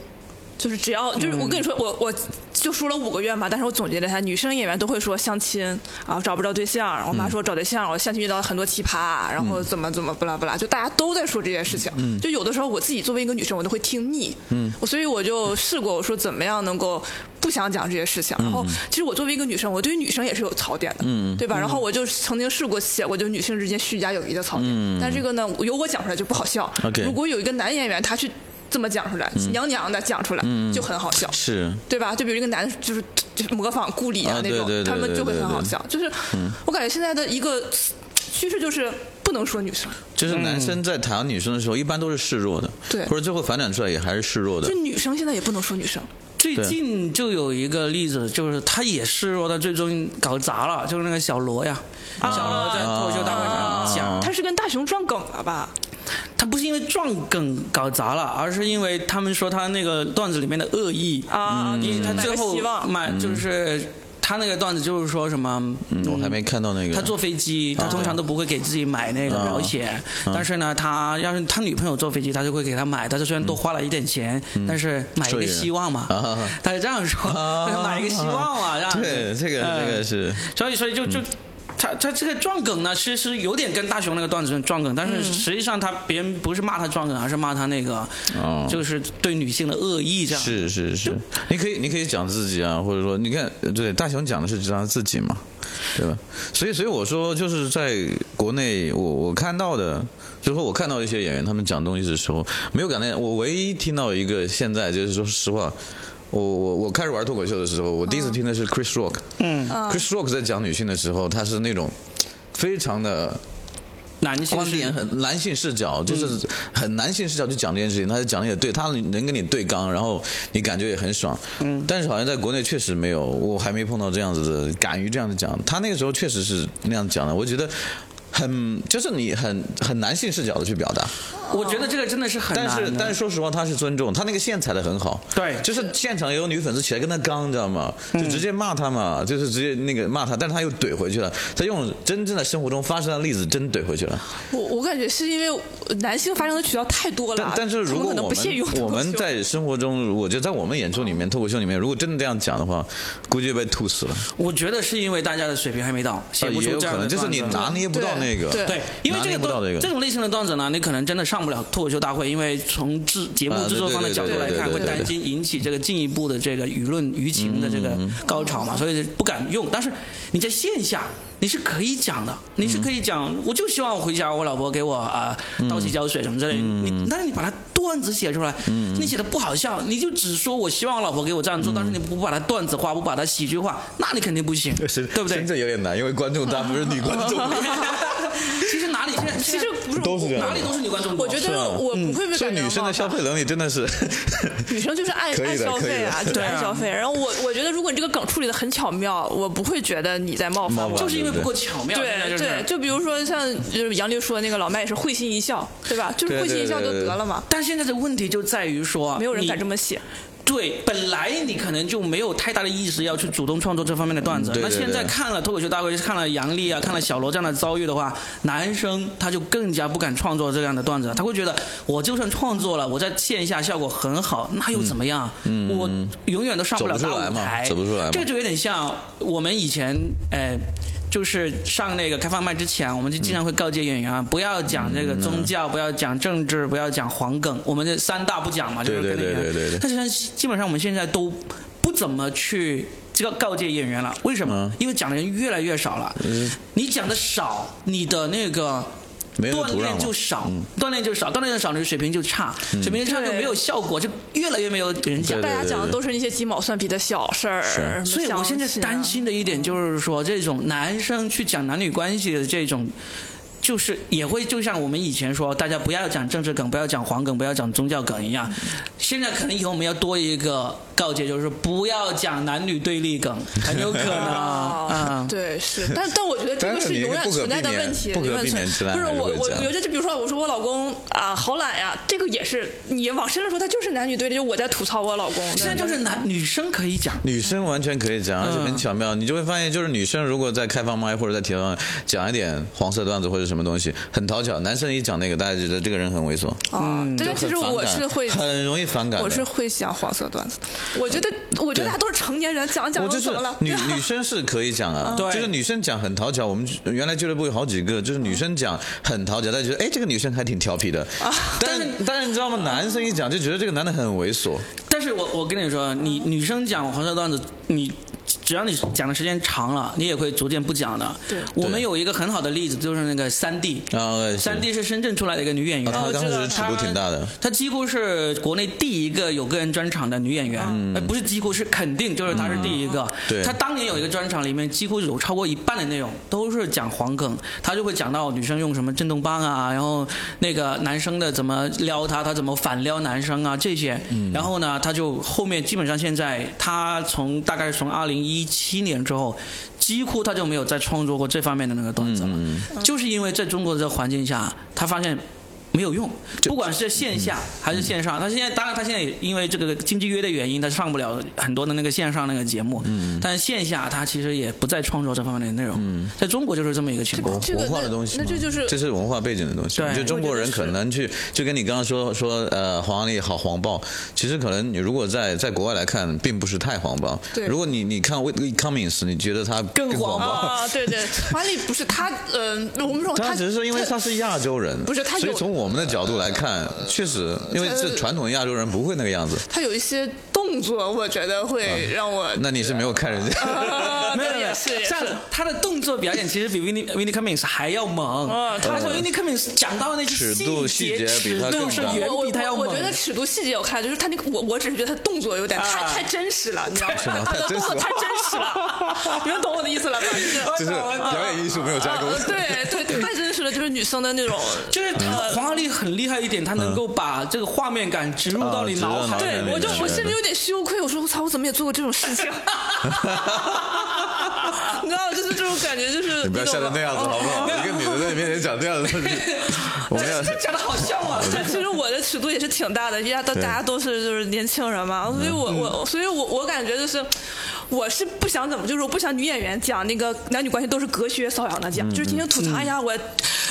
S3: 就是只要就是我跟你说，我我就说了五个月嘛，但是我总结了一下，女生演员都会说相亲，然后找不着对象，然后我妈说找对象，我相亲遇到了很多奇葩，然后怎么怎么不啦不啦，就大家都在说这件事情。就有的时候我自己作为一个女生，我都会听腻。嗯，我所以我就试过，我说怎么样能够不想讲这些事情。然后其实我作为一个女生，我对于女生也是有槽点的，嗯，对吧？然后我就曾经试过写过，就女性之间虚假友谊的槽点，但这个呢，由我讲出来就不好笑。
S2: OK
S3: 如果有一个男演员他去这么讲出来，
S2: 嗯
S3: 娘娘的讲出来，就很好笑。
S2: 是，
S3: 对吧？就比如一个男，就是就是模仿顾里
S2: 啊
S3: 那
S2: 对
S3: 种，
S2: 对对
S3: 他们
S2: 对
S3: 就会
S2: 对嗯
S3: 很好
S2: 对
S3: 笑。就是、我感觉现在的一个趋势就是不能说女生，
S2: 就是男生在谈女生的时候，一般都是示弱的，
S3: 对
S2: 或者最后反转出来也还是示弱的
S3: 就。女生现在也不能说女生。
S1: 最近就有一个例子，就是他也示弱，但最终搞砸了，就是那个小罗呀，
S3: 啊
S2: 啊
S1: 小罗在脱口秀大会上讲，
S3: 他是跟大熊撞梗了吧？
S1: 他不是因为撞梗搞砸了，而是因为他们说他那个段子里面的恶意，
S3: 啊，
S2: 嗯
S1: 因为他最后
S3: 希望
S1: 买就是他那个段子就是说什么，
S2: 嗯，我还没看到那个。
S1: 他坐飞机，他通常都不会给自己买那个
S2: 啊
S1: 保险，但是呢，他要是他女朋友坐飞机，他就会给她买，但是虽然多花了一点钱，但是买一
S2: 所
S1: 个
S2: 以
S1: 希望嘛
S2: 嗯啊，
S1: 他是这样说， 买一个希望嘛，让
S2: 对，这个这个，是
S1: 嗯所以所以就就。他他这个撞梗呢，其实有点跟大雄那个段子撞梗，但
S2: 嗯
S1: 是实际上他别人不是骂他撞梗，而是骂他那个，
S2: 哦
S1: 就是对女性的恶意这样。
S2: 是是是，你可以你可以讲自己啊，或者说你看，对大雄讲的是讲自己嘛，对吧？所以所以我说就是在国内我我看到的，就是说我看到一些演员他们讲东西的时候，没有感到我唯一听到一个现在就是说实话。我我我开始玩脱口秀的时候，我第一次听的是 Chris Rock，嗯，Chris Rock 在讲女性的时候，他是那种非常的
S1: 男性
S2: 观
S1: 是
S2: 点很男性视角，
S1: 嗯
S2: 就是很男性视角去讲这件事情，他就讲的也对，他能跟你对刚，然后你感觉也很爽。嗯，但是好像在国内确实没有，我还没碰到这样子的，敢于这样子讲。他那个时候确实是那样讲的，我觉得。很就是你很很男性视角的去表达，
S1: 我觉得这个真的是很
S2: 但
S1: 难
S2: 是
S1: 的
S2: 但是说实话，他是尊重，他那个线踩的很好。
S1: 对嗯
S2: 就是现场有女粉丝起来跟他刚，你知道吗？就直接骂他嘛，就是直接那个骂他，但是他又怼回去了。他用真正的生活中发生的例子真怼回去了。
S3: 我我感觉是因为男性发声的渠道太多了
S2: 但，但是
S3: 啊他
S2: 如
S3: 们
S2: 果
S3: 可能
S2: 我
S3: 不屑于
S2: 们我们在生活中，如果就在我们演出里面、脱口秀里面，如果真的这样讲的话，估计被吐死了。啊
S1: 我觉得是因为大家的水平还没到，写不
S2: 呃也
S1: 出
S2: 有
S1: 这
S2: 可
S1: 样的
S2: 能就是你
S1: 段子
S2: 拿捏不到那个。
S3: 对
S1: 对，因为这
S2: 拿捏
S1: 个
S2: 不到
S1: 段
S2: 这个
S1: 种类型的段子呢，你可能真的上不了脱口秀大会，因为从制节目
S2: 啊
S1: 制作方的
S2: 对对
S1: 角度
S2: 对
S1: 来
S2: 对
S1: 看，
S2: 对
S1: 会
S2: 对对
S1: 担心引起这个进一步的这个舆论舆情的这个高潮嘛，所以不敢用。但是你在线下你是可以讲的，你是可以
S2: 嗯
S1: 讲，我就希望回家我老婆给我啊倒洗脚水什么之类的，
S2: 嗯
S1: 你但是你把它段子写出来，你写的不好笑，你就只说我希望我老婆给我这样
S2: 嗯
S1: 做，但是你不把它段子化，不把它喜剧化，那你肯定不 行，对不对
S2: 真？的有点难，因为观众大部分是女 观众。
S1: 其实哪里现在
S3: 其实不是
S2: 都是这样
S1: 哪里都是女观众多
S3: 我觉
S2: 是啊
S3: 得我不会被
S2: 所以
S3: 感觉到
S2: 女生
S3: 冒
S2: 的
S3: 犯
S2: 消费能力真的是，
S3: 女生就是爱
S2: 可以的
S3: 爱消费啊
S2: 可以，的
S3: 就是
S1: 对啊
S3: 爱消费。然后我我觉得，如果你这个梗处理的很巧妙，我不会觉得你在冒犯
S2: 冒犯
S3: 我。
S1: 就是因为不够巧妙，现在
S3: 对
S1: 就是
S3: 对，就比如说像就是杨笠说那个老麦也是会心一笑，对吧？就是
S2: 对
S3: 会心一笑
S2: 对
S3: 就
S2: 对
S3: 得了嘛，
S1: 但现在的问题就在于说，
S3: 没有人敢
S1: 你
S3: 这么写。
S2: 嗯
S1: 对，本来你可能就没有太大的意识要去主动创作这方面的段子。
S2: 嗯对
S1: 那
S2: 对
S1: 现在
S2: 对
S1: 看了脱口秀大会，看了杨笠啊，看了小罗这样的遭遇的话，男生他就更加不敢创作这样的段子，他会觉得我就算创作了，我在线下效果很好，那又怎么样？我永远都上了
S2: 嗯走
S1: 大
S2: 不出来
S1: 舞
S2: 嘛
S1: 台，
S2: 走不出来嘛
S1: 这就有点像我们以前呃。就是上那个开放麦之前，我们就经常会告诫演员啊，
S2: 嗯
S1: 不要讲这个宗教，不要讲政治，不要讲黄梗，我们这三大不讲嘛，就是
S2: 对
S1: 跟
S2: 对
S1: 那
S2: 对
S1: 个
S2: 对对对
S1: 但是呢，基本上我们现在都不怎么去这个告诫演员了。为什
S2: 嗯
S1: 么？因为讲的人越来越少了。你讲的少，你的那个。
S2: 没人
S1: 锻
S2: 土壤嗯
S1: 炼
S2: 嘛
S1: 就少，锻炼就少，锻炼就少，你的水平就差，水平差就没有效果，就越来越没有人讲
S2: 对。
S3: 大家讲的都是那些鸡毛蒜皮的小事儿，什么
S1: 所以我现在
S3: 相亲啊
S1: 担心的一点就是说，这种男生去讲男女关系的这种。就是也会就像我们以前说，大家不要讲政治梗，不要讲黄梗，不要讲宗教梗一样。现在可能以后我们要多一个告诫，就是不要讲男女对立梗，很有可能
S3: 啊
S1: 啊，。
S3: 对，是，但但我觉得这个
S2: 但是
S3: 是
S2: 你
S3: 永远
S2: 不可
S3: 存在的
S2: 避免
S3: 问题，
S2: 不可
S3: 永远
S2: 避免之
S3: 存
S2: 难
S3: 不是
S2: 还是
S3: 我
S2: 会
S3: 我
S2: 这样
S3: 觉得，就比如说我说我老公啊好懒呀，这个也是你往深了说，他就是男女对立，就我在吐槽我老公，
S1: 现在就是男女生可以讲，
S2: 女生完全可以讲，而且很巧妙。你就会发现，就是女生如果在开放麦或者在提问讲一点黄色段子或者什么东西，很讨巧。男生一讲那个，大家觉得这个人很猥琐，
S3: 啊，但是其
S2: 嗯
S3: 实
S2: 很反
S3: 我
S2: 感
S3: 是会
S2: 很容易反感的。
S3: 我是会讲黄色段子的，我觉得我觉得大家都是成年人，讲讲
S2: 我就
S3: 又
S2: 是
S3: 怎么了？啊
S2: 女女生是可以讲 啊，
S1: 对
S2: 就是女生讲很讨巧。我们原来俱乐部有好几个，就是女生讲很讨巧，大家觉得哎这个女生还挺调皮的。
S3: 啊
S2: 但是但是你知道吗？男生一讲就觉得这个男的很猥
S3: 哦
S2: 琐。
S1: 但是我我跟你说，你女生讲黄色段子，你只要你讲的时间长了，你也会逐渐不讲的。
S3: 对
S1: 我们
S2: 对
S1: 有一个很好的例子，就是那个三 D，
S2: 啊，
S1: 三 D 是深圳出来的一个女演员，
S2: 她
S3: 我
S2: 当
S3: 哦知道
S2: 时尺度挺大的。
S1: 她几乎是国内第一个有个人专场的女演员，呃，不是几乎是肯定，就是她是第一个。
S2: 对
S1: 她当年有一个专场，里面几乎有超过一半的内容都是讲黄梗，她就会讲到女生用什么震动棒啊，然后那个男生的怎么撩她，她怎么反撩男生啊这些。然后呢，她就后面基本上现在她从大概从二零一七年之后。几乎她就没有再创作过这方面的那个段子了，就是因为在中国的这个环境下，她发现没有用，不管是线下
S2: 嗯
S1: 还是线上，他现在当然他现在也因为这个经纪约的原因，他上不了很多的那个线上那个节目，嗯，但线下他其实也不再创作这方面的内容，嗯，在中国就是这么一个情况，
S3: 这个
S2: 文化
S3: 那
S2: 的东西嘛，
S3: 那这就是
S2: 这是文化背景的东西。
S1: 对
S2: 就中国人可能去，就跟你刚刚说说呃黄历好黄暴，其实可能你如果在在国外来看，并不是太黄暴。
S3: 对
S2: 如果你你看 Whitney Cummings，你觉得他
S1: 更黄
S2: 黄
S1: 暴
S2: 暴？
S3: 啊，对对，管理不是他，嗯，我们说
S2: 他只是因为他是亚洲人，
S3: 不是他有
S2: 所以从我们的角度来看，确实，因为这传统亚洲人不会那个样子。
S3: 他有一些动作，我觉得会让我
S2: 那你啊是没有看人家，
S3: 啊
S1: 没有 没
S3: 对
S1: 有
S3: 也是也是
S1: 像他的动作表演其实比 Winnie Winnie Cummings 还要猛，
S3: 哦
S1: 他说 Winnie Cummings 讲到那些
S2: 尺度
S1: 细
S2: 细节比
S1: 尺
S2: 他
S1: 度
S2: 更
S1: 是
S2: 大
S1: 远
S3: 我我
S1: 比他要
S3: 我
S1: 猛
S3: 觉，得尺度细节我看就是他那个我我只是觉得他动作有点太、
S1: 啊
S3: 太真实了，你知道吗？
S2: 是吗
S3: 他的
S2: 太真
S3: 动
S2: 实
S3: 作
S2: 了
S3: 太真实了，你们懂我的意思了吧？就是
S2: 就是表演艺术没有加工。
S3: 呃对对，太真实了，就是女生的那种。
S1: 就是他
S2: 嗯
S1: 黄阿丽很厉害一点，他能够把这个画面感植入到你
S2: 啊植入
S1: 脑
S2: 到
S1: 海
S2: 脑
S1: 里
S2: 海
S1: 面，
S2: 里
S3: 对，我就
S2: 明白
S3: 我甚至有点羞愧，我说我操，我怎么也做过这种事情？啊 你知道，就是这种感觉，就是
S2: 你不要
S3: 懂
S2: 吓成
S3: 吗
S2: 那样子
S3: 哦
S2: 好不 好？一个女的在你面前讲这样的东西，我们要
S1: 这讲的好笑啊！
S3: 但其实我的尺度也是挺大的，大大
S2: 对嗯
S3: 家都是就是年轻人嘛，所以我我所以我我感觉就是，我是不想怎么，就是我不想女演员讲那个男女关系都是隔靴搔痒的
S2: 嗯
S3: 讲，就是今天吐槽一下我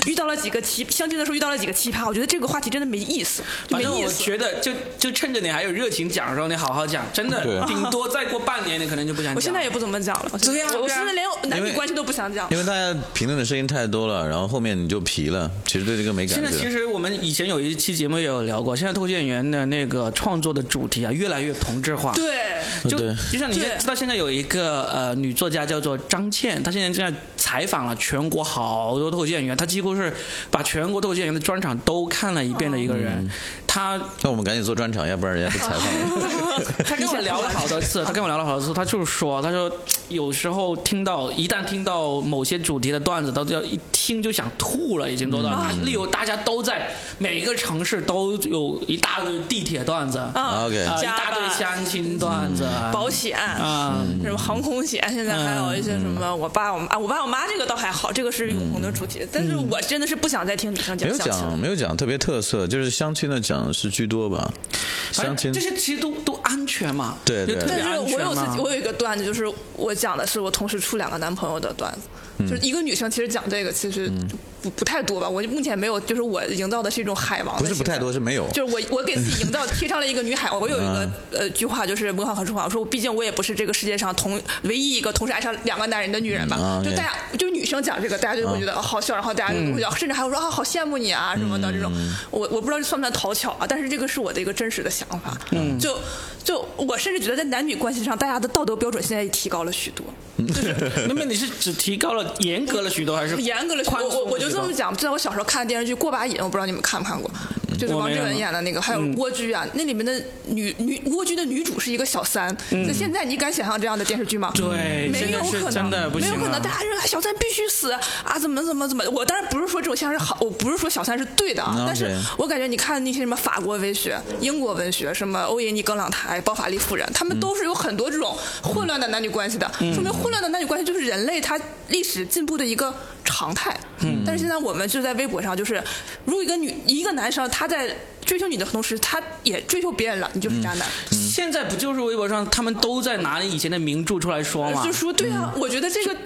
S3: 遇到了几个奇相亲的时候遇到了几个奇葩，我觉得这个话题真的没意思，就
S1: 反
S3: 没
S1: 正
S3: 意
S1: 我
S3: 思。
S1: 觉得就，就趁着你还有热情讲的时候，你好好讲，真
S2: 对
S1: 的
S2: 啊，
S1: 顶多再过半年，你可能就不想讲。
S3: 我现在也不怎么讲了，我
S1: 对呀
S3: 我我
S2: 啊
S1: 对呀
S3: 甚至连男
S2: 因为
S3: 女关系都不想讲
S2: 因。为大家评论的声音太多了，然后后面你就疲了，其实对这个没感
S1: 现在其
S2: 觉。
S1: 实我们以前有一期节目也有聊过，现在脱口秀演员的那个创作的主题啊，越来越同质化。
S3: 对，
S1: 就
S2: 哦对
S1: 就像你现
S3: 对
S1: 知道，现在有一个呃女作家叫做张倩，她现在正在采访了全国好多脱口秀演员，她几乎是把全国脱口秀演员的专场都看了一遍的一个
S2: 嗯
S1: 人。她
S2: 那我们赶紧做专场，要不然人家不采
S3: 哦
S2: 访了。
S1: 她跟我聊了好多次，她跟我聊了好多次，她就是说，她说有时候听到一旦听到某些主题的段子，到要一听就想吐了，已经多到了。
S3: 嗯
S1: 例如大家都在每个城市都有一大堆地铁段子，啊、
S3: 啊
S2: OK，
S1: 一
S3: 加
S1: 大堆
S3: 吧
S1: 相亲段子，
S3: 保险
S1: 啊。
S3: 什么航空险，现在还有一些什
S2: 嗯
S3: 么我爸我妈，啊我爸我妈这个倒还好，这个是永恒的主题。但是我真的是不想再听女生
S2: 嗯没
S3: 讲
S2: 有
S3: 相亲了
S2: 讲，。没有讲特别特色，就是相亲的讲是居多吧，相亲
S1: 这些其实都都安全嘛，
S2: 对
S1: 就
S2: 对
S1: 特别
S3: 但是
S1: 安
S3: 我
S1: 全
S3: 有次
S1: 嘛。
S3: 我有一个段子，就是我讲的是我同时处两个男朋友的段子，
S2: 嗯
S3: 就是一个女生其实讲这个其实不不太多吧，我目前没有，就是我营造的是一种海王，
S2: 不是不太。多，是没有。
S3: 就是我，我给自己营造贴上了一个女海王。我有一个呃句话，就是模仿和说谎。我说，毕竟我也不是这个世界上同唯一一个同时爱上两个男人的女人吧。
S2: 嗯啊
S3: 就
S2: 对
S3: 大家，就女生讲这个，大家就会觉得、哦好笑，然后大家就会觉得，甚至还会说啊好羡慕你啊什么的这种。我我不知道这算不算讨巧啊，但是这个是我的一个真实的想法。嗯，就就我甚至觉得在男女关系上，大家的道德标准现在也提高了许多。
S1: 那么你是只提高了严格了许多，还是
S3: 严格的说，
S1: 宽
S3: 我
S1: 松
S3: 我我就
S1: 许
S3: 这
S1: 多
S3: 么讲，就在我小时候看的电视剧《过把瘾》，我不知道你们看没看过，就是
S1: 我
S3: 王
S1: 没嗯
S3: 志
S1: 有
S3: 文演的那个，还有蜗居啊，那里面的女女蜗居的女主是一个小三，
S1: 嗯
S3: 那现在你敢想象这样的电视剧吗？
S1: 对，
S3: 没
S1: 现
S3: 有
S1: 在是
S3: 可能，
S1: 真的不
S3: 没
S1: 行啊
S3: 有可能，
S1: 了
S3: 大家认为哎小三必须死啊，怎么怎么怎么？我当然不是说这种现象是好，我不是说小三是对的啊，
S2: 嗯
S3: 但是
S2: OK
S3: 我感觉你看那些什么法国文学、英国文学，什么欧耶尼·耿朗台、包法利夫人，他们都是有很多这种混乱的男女关系的，
S1: 嗯
S3: 说明混乱的男女关系就是人类它历史进步的一个常态。
S1: 嗯
S3: 但是现在我们就在微博上，就是如果一个女一个男生他在追求你的同时，他也追求别人了，你就是渣男。
S1: 现在不就是微博上他们都在拿以前的名著出来说嘛
S3: 就？说对啊，我觉得这个。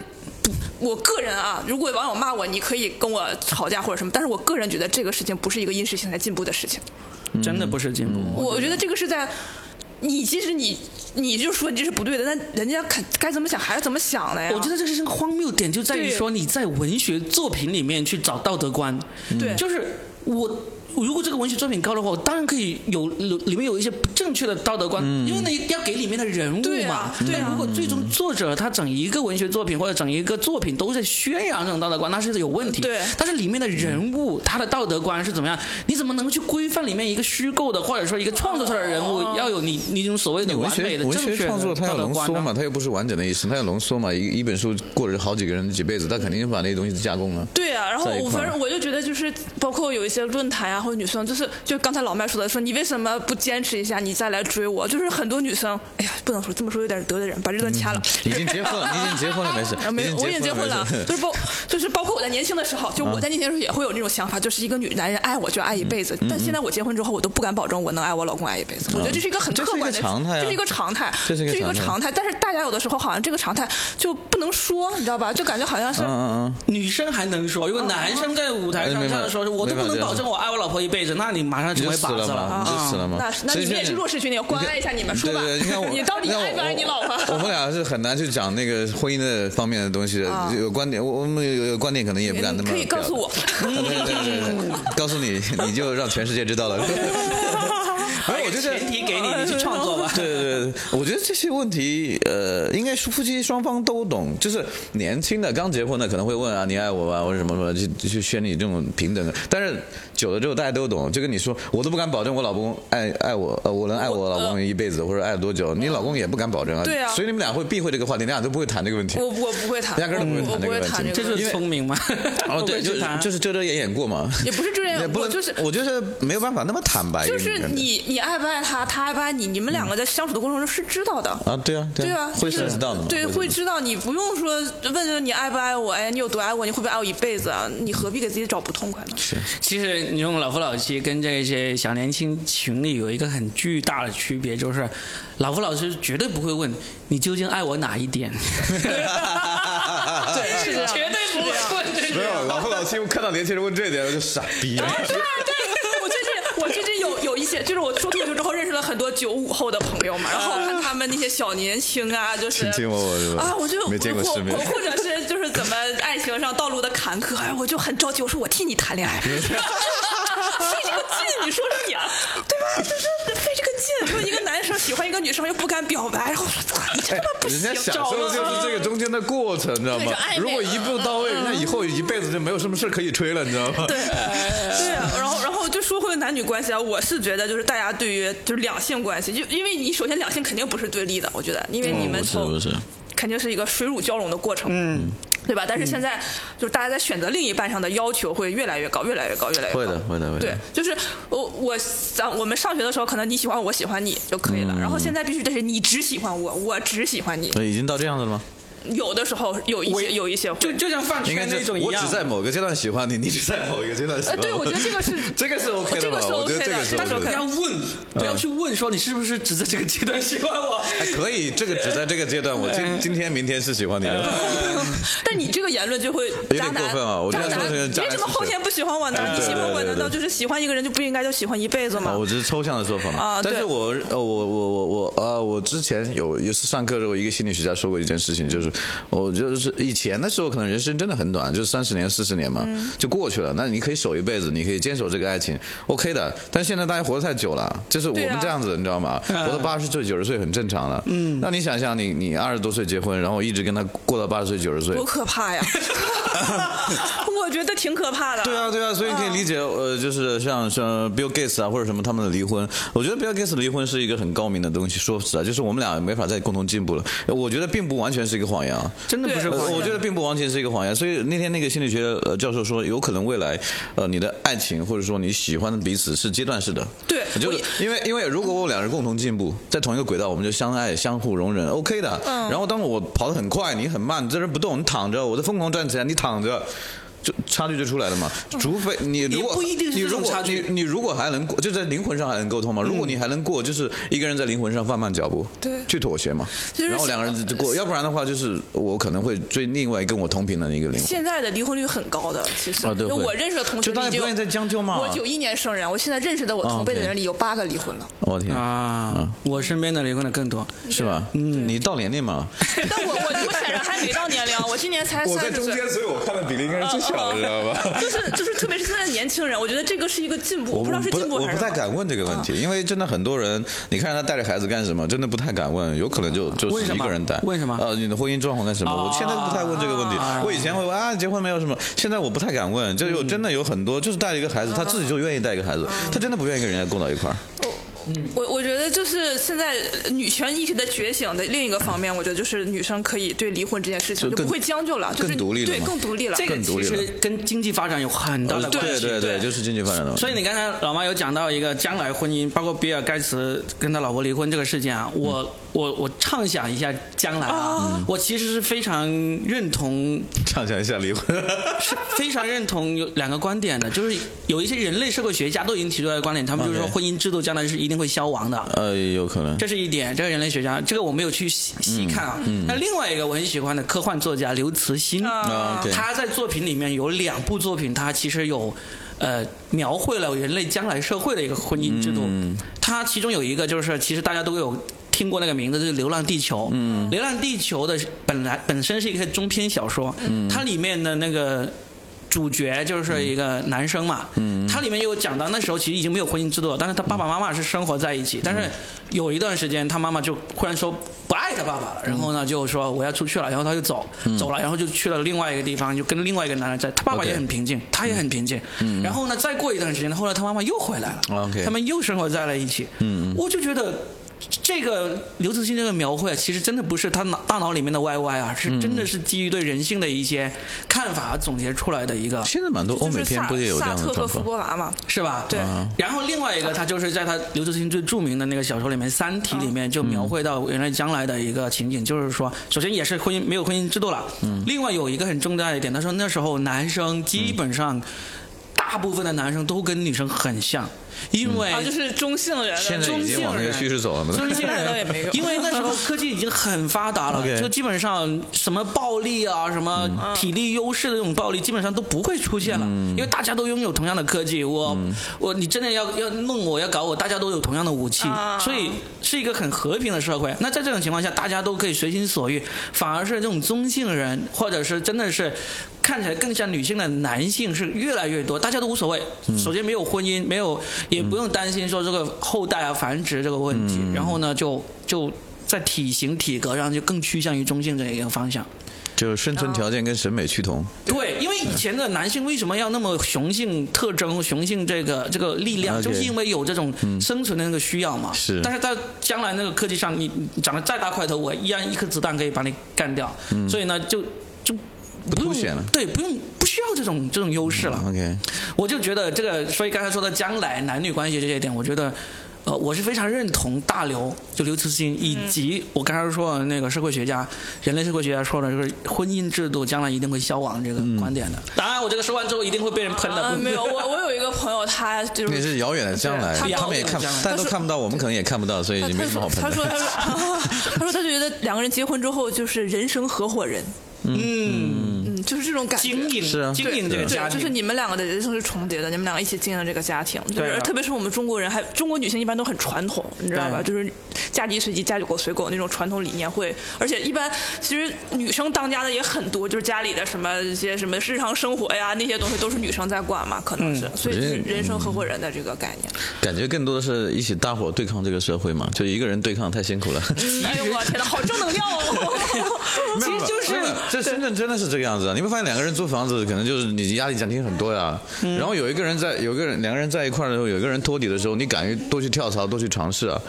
S3: 我个人啊，如果网友骂我，你可以跟我吵架或者什么，但是我个人觉得这个事情不是一个因时性来进步的事情。
S1: 真的不是进步。
S3: 我觉得这个是在，你即使你你就说你这是不对的，但人家肯该怎么想还是怎么想的呀。
S1: 我觉得这是一个荒谬点，就在于
S3: 嗯对
S1: 说你在文学作品里面去找道德观，
S3: 对
S1: 就是我。如果这个文学作品高的话，我当然可以有有里面有一些不正确的道德观，
S2: 嗯
S1: 因为呢要给里面的人物
S3: 对
S1: 嘛
S3: 啊。对
S1: 但
S3: 啊
S1: 如果最终作者他整一个文学作品或者整一个作品都在宣扬这种道德观，那是有问题。
S3: 对
S1: 但是里面的人
S2: 嗯
S1: 物他的道德观是怎么样？你怎么能去规范里面一个虚构的或者说一个创作出来的人物
S3: 哦
S1: 要有你你这种所谓
S2: 你
S1: 的
S2: 文
S1: 完美
S2: 学
S1: 的
S2: 文
S1: 正确
S2: 学
S1: 的
S2: 创作，它要
S1: 道德
S2: 浓
S1: 观
S2: 缩
S1: 呢
S2: 嘛，它又不是完整的一生，它要浓缩嘛。一一本书过着好几个人几辈子，他肯定把那些东西加工了。
S3: 对啊，然后
S2: 在一
S3: 我
S2: 块儿
S3: 反正我就觉得，就是包括有一些论坛啊，或者女生，就是就刚才老麦说的，说你为什么不坚持一下，你再来追我？就是很多女生，哎呀，不能说这么说有点得罪人，把这段掐了。
S2: 嗯已经结 婚了，你已经结婚了，没事
S3: 啊，。没有，我已经结婚了
S2: 没事，
S3: 就是包，就是包括我在年轻的时候，就我在年轻的时候也会有那种想法，就是一个女男人爱我就爱一辈
S2: 嗯
S3: 子。但现在我结婚之后，我都不敢保证我能爱我老公爱一辈子。我觉得这是一个很
S2: 这是
S3: 客
S2: 一个
S3: 观的
S2: 常态啊
S3: 这是一个常态，
S2: 这是一个
S3: 这是一个
S2: 常态
S3: 常态。但是大家有的时候好像这个常态就不能说，你知道吧？就感觉好像是
S2: 嗯嗯
S1: 女生还能说，如果男生在舞台
S2: 哎
S1: 上
S2: 没办
S1: 站
S2: 法
S1: 着说，我都不能
S2: 没办法
S1: 保证我爱我老婆一辈子，那你马上
S2: 嗯，你
S1: 成
S2: 就
S1: 为
S2: 死
S1: 靶
S2: 了
S1: 子啊
S2: 嘛，你就死了嘛。
S3: 那那
S2: 所以
S3: 你
S2: 现
S3: 们
S2: 在
S3: 也是弱势群体，关爱一下你们，说吧
S2: 对对，你看我，，
S3: 你到底
S2: 你看我
S3: 爱不爱你老婆？
S2: 我我们俩是很难去讲那个婚姻的方面的东西的，有观点，我我们有有观点可能也不敢那
S3: 啊你
S2: 么。
S3: 可以告诉我。
S2: 对对对对，告诉你，你就让全世界知道了。 没有，我觉得
S1: 前提给你，你去创作吧。
S2: 对对对，我觉得这些问题，呃，应该是夫妻双方都懂。就是年轻的刚结婚的可能会问啊，你爱我吧，或者什么什么，去去宣你这种平等的。但是久了之后大家都懂，就跟你说，我都不敢保证我老公爱爱我，呃，我能爱我老公一辈子，或者爱多久，你老公也不敢保证啊。
S3: 对啊
S2: 所以你们俩会避讳这个话题，你俩都不会谈这个问题。
S3: 我我不会谈，
S2: 压根儿
S3: 我
S2: 都不会谈这个
S3: 我不会
S2: 问题
S3: 谈
S1: 这
S3: 这个 问
S1: 就
S3: 题，
S1: 是聪明嘛。
S2: 哦，对，
S1: 不会
S2: 就
S1: 去谈
S2: 就是遮遮掩掩过嘛。
S3: 也不是遮遮掩是
S2: 也不
S3: 我
S2: 能，
S3: 就是
S2: 我就是没有办法那么坦白。
S3: 就是你你爱不爱他，他爱不爱你，你们两个在相处的过程中是知道的。
S2: 啊，嗯对啊，
S3: 对啊
S2: 啊，，会
S3: 就是
S2: 涉及到的嘛，
S3: 对，会知道你不用说问问你爱不爱我，哎，你有多爱我，你会不会爱我一辈子啊？你何必给自己找不痛快呢？
S1: 其实你用老夫老妻跟这些小年轻群里有一个很巨大的区别，就是老夫老妻绝对不会问你究竟爱我哪一点，
S2: 对
S3: 是这样
S1: 绝对不会问这
S2: 没
S1: 个。
S2: 有老夫老妻看到年轻人问这一点，我就傻逼 了。
S3: 对对，我最近我最近有有一些，就是我出脱口秀之后认识了很多九五后的朋友嘛，然后我看他们那些小年轻啊，就是
S2: 卿卿我我是吧
S3: 啊，我就
S2: 没见过世面
S3: 我或者是就是怎么爱情上道路的坎坷，哎，我就很着急，我说我替你 谈恋爱，费这个劲，你说说你啊，对吧？就是费这个劲，说一个男生喜欢一个女生又不敢表白，然后我说操你这他妈不
S2: 人家，
S3: 行
S2: 享
S3: 找
S2: 受的就
S3: 了
S2: 是这个中间的过程，你知道
S4: 对
S2: 吗
S4: 就暧？昧
S2: 如果一步到位，人家以后一辈子就没有什么事可以吹了，你知道吗？
S3: 对， 对啊，然后然后就说回男女关系啊，我是觉得就是大家对于就是两性关系，就因为你首先两性肯定不是对立的，我觉得，因为你们从
S2: 嗯是？
S3: 肯定是一个水乳交融的过程，嗯，对吧？但是现在就是大家在选择另一半上的要求会越来越高，越来越高，越来越高。
S2: 会的，会的，会的。
S3: 对，就是我我咱我们上学的时候，可能你喜欢我喜欢你就可以了。然后现在必须得是你只喜欢我，我只喜欢你。
S2: 呃已经到这样子了吗？
S3: 有的时候有一
S1: 我
S3: 些有一些会
S1: 就就像饭
S2: 应该
S1: 圈那
S2: 是
S1: 种一
S2: 我
S1: 样
S2: 只，在某个阶段喜欢你，你只在某一个阶段喜欢
S3: 呃对我觉得这个是
S2: 这个是 OK 的吧？
S3: 这个是
S2: 我觉得
S3: OK
S2: 这
S3: 的
S2: 个是
S3: 但是
S2: OK
S1: 不
S2: 的
S1: 要问，不要去问说你是不是只在这个阶段喜欢我。
S2: 哎可以，这个只在这个阶段，我
S3: 哎
S2: 今今天明天是喜欢你的，
S3: 但你这个言论就会
S2: 点
S3: 渣男，
S2: 过分啊我
S3: 渣
S2: 觉得
S3: 男，
S2: 说这个渣
S3: 为
S2: 男
S3: 什
S2: 是
S3: 么后
S2: 谁
S3: 天不喜欢我呢？
S2: 哎
S3: 你喜欢我
S2: 对对对
S3: 难道就是喜欢一个人就不应该就喜欢一辈子
S2: 啊，
S3: 吗？
S2: 我只是抽象的说法嘛。
S3: 啊对
S2: 但是我呃，我我我我呃，我之前有也是上课的时候，一个心理学家说过一件事情，就是我就是以前的时候，可能人生真的很短，就是三十年、四十年嘛，
S3: 嗯
S2: 就过去了。那你可以守一辈子，你可以坚守这个爱情，OK 的。但现在大家活得太久了，就是我
S3: 对啊
S2: 们这样子，你知道吗？活到八十岁、九十岁很正常了。嗯，那你想想你，你二十多岁结婚，然后一直跟他过到八十岁、九十岁
S3: 多，可怕呀！ 我觉得挺可怕的。
S2: 对啊，对啊，所以你可以理解，呃，就是像像 Bill Gates 啊，或者什么他们的离婚，我觉得 Bill Gates 的离婚是一个很高明的东西。说实在，就是我们俩没法再共同进步了。我觉得并不完全是一个谎言啊。
S1: 真的不是
S2: 呃
S1: 谎言
S2: 我觉得并不完全是一个谎言，所以那天那个心理学呃教授说，有可能未来，呃，你的爱情或者说你喜欢的彼此是阶段式的。
S3: 对
S2: 就
S3: 我
S2: 是因为因为如果我俩人共同进步，在同一个轨道，我们就相爱、相互容忍，OK 的。
S1: 嗯
S2: 然后当我跑得很快，你很慢，你在这不动，你躺着，我在疯狂站起来，你躺着。就差距就出来了嘛，除非你如果
S1: 嗯不一定是
S2: 你
S1: 这种
S2: 如果
S1: 差距
S2: 你你如果还能过，就在灵魂上还能沟通嘛。如果你还能过，就是一个人在灵魂上放慢脚步，
S3: 对
S2: 去妥协嘛。
S3: 就是
S2: 然后两个人就过，
S3: 呃
S2: 要不然的话，就是我可能会追另外跟我同频的一个灵魂。
S3: 现在的离婚率很高的，其实，
S2: 啊对
S3: 就
S2: 会
S3: 我认识的同学
S2: 就大家
S3: 已经
S2: 不愿意再将就嘛
S3: 我九一年生人，我现在认识的我
S2: 啊
S3: 同辈的
S2: OK
S3: 人里有八个离婚了，
S2: 我天，
S1: 啊，我身边的离婚的更多。
S2: 是吧？嗯，你到年龄嘛，
S3: 但我我我显然还没 到年龄，我今年才三十岁。
S2: 所以我看的比例应该是最
S3: 哦
S2: 小的，知道吧？
S3: 就是就是，特别是现在的年轻人，我觉得这个是一个进步，
S2: 我
S3: 不知道是进步
S2: 我
S3: 还
S2: 不
S3: 是哦
S2: 太敢问这个问题，因为真的很多人，你看他带着孩子干什么，真的不太敢问，有可能就
S3: 啊
S2: 就
S1: 为
S2: 是
S1: 什
S2: 一
S1: 么
S2: 个人带。
S1: 为什么
S2: 呃，你的婚姻状况干什么？
S3: 哦
S2: 我现在不太问这个问题，
S3: 哎
S2: 我以前会问啊，结婚没有什么，现在我不太敢问，就
S3: 嗯
S2: 有真的有很多就是带一个孩子，他自己就愿意带一个孩子，他真的不愿意跟人家共到一块儿。
S3: 我我觉得就是现在女权意识的觉醒的另一个方面，我觉得就是女生可以对离婚这件事情
S2: 就
S3: 就
S2: 更
S3: 不会将就了，就是
S2: 更独立了
S3: 对
S2: 嘛
S3: 更独立了。
S1: 这个
S2: 更独
S1: 其
S2: 立了
S1: 实跟经济发展有很
S3: 嗯
S1: 大的关
S2: 对
S1: 系。
S2: 对对，就是经济发展的问题。
S1: 所以你刚才老妈有讲到一个将来婚姻，包括比尔盖茨跟他老婆离婚这个事件啊，我、我我畅想一下将来啊，我其实是非常认同，
S2: 畅想一下离婚，
S1: 是 非常认同有两个观点的，就是有一些人类社会学家都已经提出来的观点，他们就是说
S2: OK
S1: 婚姻制度将来是一定会消亡的。
S2: 呃，有可能。
S1: 这是一点，这个人类学家，这个我没有去细细看啊。那另外一个我很喜欢的科幻作家刘慈欣，
S3: 嗯
S2: 啊，对，
S1: 他在作品里面有两部作品，他其实有呃描绘了人类将来社会的一个婚姻制度。他其中有一个就是，其实大家都有。呃听过那个名字就是《流浪地球》，嗯，《流浪地球》的本来本身是一个中篇小说，嗯，它里面的那个主角就是一个男生嘛，嗯，他里面有讲到那时候其实已经没有婚姻制度了，但是他爸爸妈妈是生活在一起，但是有一段时间他妈妈就忽然说不爱他爸爸了，然后呢就说我要出去了，然后他就走走了，然后就去了另外一个地方，就跟另外一个男人在，他爸爸
S2: OK
S1: 也很平静，他也很平静，然后呢再过一段时间，后来他妈妈又回来了
S2: OK
S3: 嗯
S1: 他们又生活在了一起，嗯，我就觉得这个刘慈欣这个描绘，啊其实真的不是他脑大脑里面的 YY 啊，
S3: 嗯
S1: 是真的是基于对人性的一些看法总结出来的一个，
S2: 现在蛮多欧
S3: 就
S2: 美
S3: 是
S2: 片
S3: 萨
S2: 不也有这
S3: 萨
S2: 样
S3: 特
S2: 的
S3: 和
S2: 状
S3: 福
S2: 况？
S3: 波娃嘛，
S1: 是吧？啊
S3: 对嗯。
S1: 然后另外一个，他就是在他刘慈欣最著名的那个小说里面《三
S3: 嗯
S1: 体》里面就描绘到人类将来的一个情景，就是说，首先也是婚姻没有婚姻制度了。嗯。另外有一个很重大的一点，他说那时候男生
S3: 嗯
S1: 基本上大部分的男生都跟女生很像，因为
S3: 啊，就是中性人
S2: 现在
S3: 的。
S2: 已经往那个趋势走了嘛？
S1: 中性
S3: 那倒也没
S1: 人
S3: 有，
S1: 因为那时候科技已经很发达了
S2: OK
S1: 就基本上什么暴力啊、什么
S3: 嗯
S1: 体力优势的这种暴力，基本上都不会出现了，因为大家都拥有同样的科技。我、我你真的要要弄我要搞我，大家都有同样的武器，
S3: 啊
S1: 所以是一个很和平的社会。那在这种情况下，大家都可以随心所欲，反而是这种中性人，或者是真的是。看起来更像女性的男性是越来越多，大家都无所谓。首先没有婚姻，没有也不用担心说这个后代啊繁殖这个问题。然后呢，就就在体型体格上就更趋向于中性这一个方向。
S2: 就是生
S3: 嗯
S2: 存条件跟审美趋同。
S1: 对，因为以前的男性为什么要那么雄性特征、雄性这个这个力量
S2: OK
S1: 就是因为有这种生存的那个需要嘛。
S2: 嗯是
S1: 但是到将来那个科技上，你你长得再大块头，我依然一颗子弹可以把你干掉。所以呢，就就不
S2: 嗯凸
S1: 用
S2: 显了
S1: 对，不用不需要这种这种优势
S3: 嗯
S1: 了。
S2: OK，
S1: 我就觉得这个，所以刚才说的将来男女关系这些点，我觉得，呃，我是非常认同大刘就刘慈欣以及我刚才说的那个社会学家、人类社会学家说的，就是婚姻制度将来一定会消亡这个观点的。当然，我这个说完之后一定会被人喷的。
S3: 啊，
S1: 不
S3: 没有，我我有一个朋友，他就
S2: 那
S3: 是
S2: 是遥远的将来，
S3: 对
S2: 他
S1: 他
S2: 们也
S1: 们
S2: 看
S1: 遥远的将，来
S2: 大家都看不到，我们可能也看不到，所以
S3: 他
S2: 也没什么好喷
S3: 他说
S2: 的。
S3: 他说他说他就觉得两个人结婚之后就是人生合伙人，
S1: 嗯，
S3: 嗯，就是这种感觉。
S1: 经营
S2: 是啊
S1: 经营这个
S2: 对
S1: 家
S3: 对，
S1: 庭，
S3: 就是你们两个的人生是重叠的，你们两个一起经营了这个家庭，就
S1: 对
S3: 是、
S1: 啊
S3: 特别是我们中国人还，中国女性一般都很传统，你知道吧？
S1: 对
S3: 就是嫁鸡随鸡，嫁狗随狗那种传统理念会，而且一般其实女生当家的也很多，就是家里的什么一些什么日常生活呀那些东西都是女生在管嘛，可能是，
S1: 嗯
S3: 所以就是人生合伙人的这个概 念。
S2: 感觉更多的是一起大伙对抗这个社会嘛，就一个人对抗太辛苦了。
S3: 哎呦我天哪，好正能量哦！
S2: 其实就是这深圳真的是这个样子啊，你会发现两个人租房子，可能就是你压力减轻很多呀。然后有一个人在，有一个人两个人在一块儿的时候，有一个人托底的时候，你敢于多去跳槽，多去尝试啊。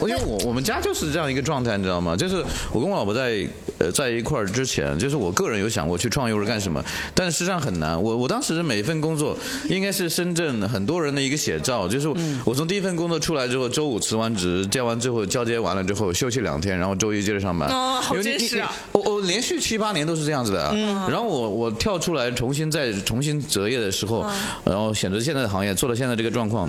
S2: 我因为我我们家就是这样一个状态，你知道吗？就是我跟我老婆在呃在一块儿之前，就是我个人有想过去创业或者干什么，但是事实上很难。我我当时每一份工作应该是深圳很多人的一个写照，就是我从第一份工作出来之后，周五辞完职，交完最后交接完了之后休息两天，然后周一接着上班。
S3: 哦好
S2: 因为你
S3: 真实啊！
S2: 你我我哦连续七八年都是这样子的，啊
S3: 嗯
S2: 然后我我跳出来重新再重新择业的时
S3: 嗯
S2: 候，然后选择现在的行业，做到现在这个状况。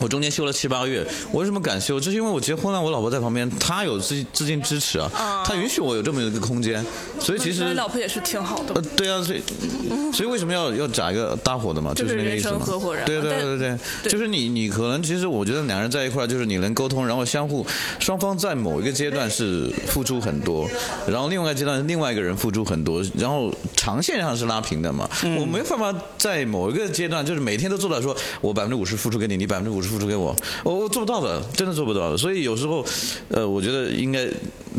S2: 我中间休了七八个月，我为什么敢休？就是因为我结婚了，我老婆在旁边，她有资资金支持啊，她允许我有这么一个空间，所以其
S3: 嗯那
S2: 实
S3: 你老婆也是挺好的
S2: 呃。对啊，所以所以为什么要要找一个搭伙的嘛？
S3: 就是
S2: 那个
S3: 人
S2: 意思
S3: 生
S2: 嘛
S3: 合伙人
S2: 对
S3: 嘛
S2: 对
S3: 但
S2: 对对对，
S3: 对
S2: 就是你你可能其实我觉得两人在一块儿，就是你能沟通，然后相互双方在某一个阶段是付出很多，然后另外一个阶段另外一个人付出很多，然后长线上是拉平的嘛。
S3: 嗯
S2: 我没有办法在某一个阶段就是每天都做到说我百分之五十付出给你，你百分之五十付出给我，我我做不到的，真的做不到的。所以有时候，呃，我觉得应该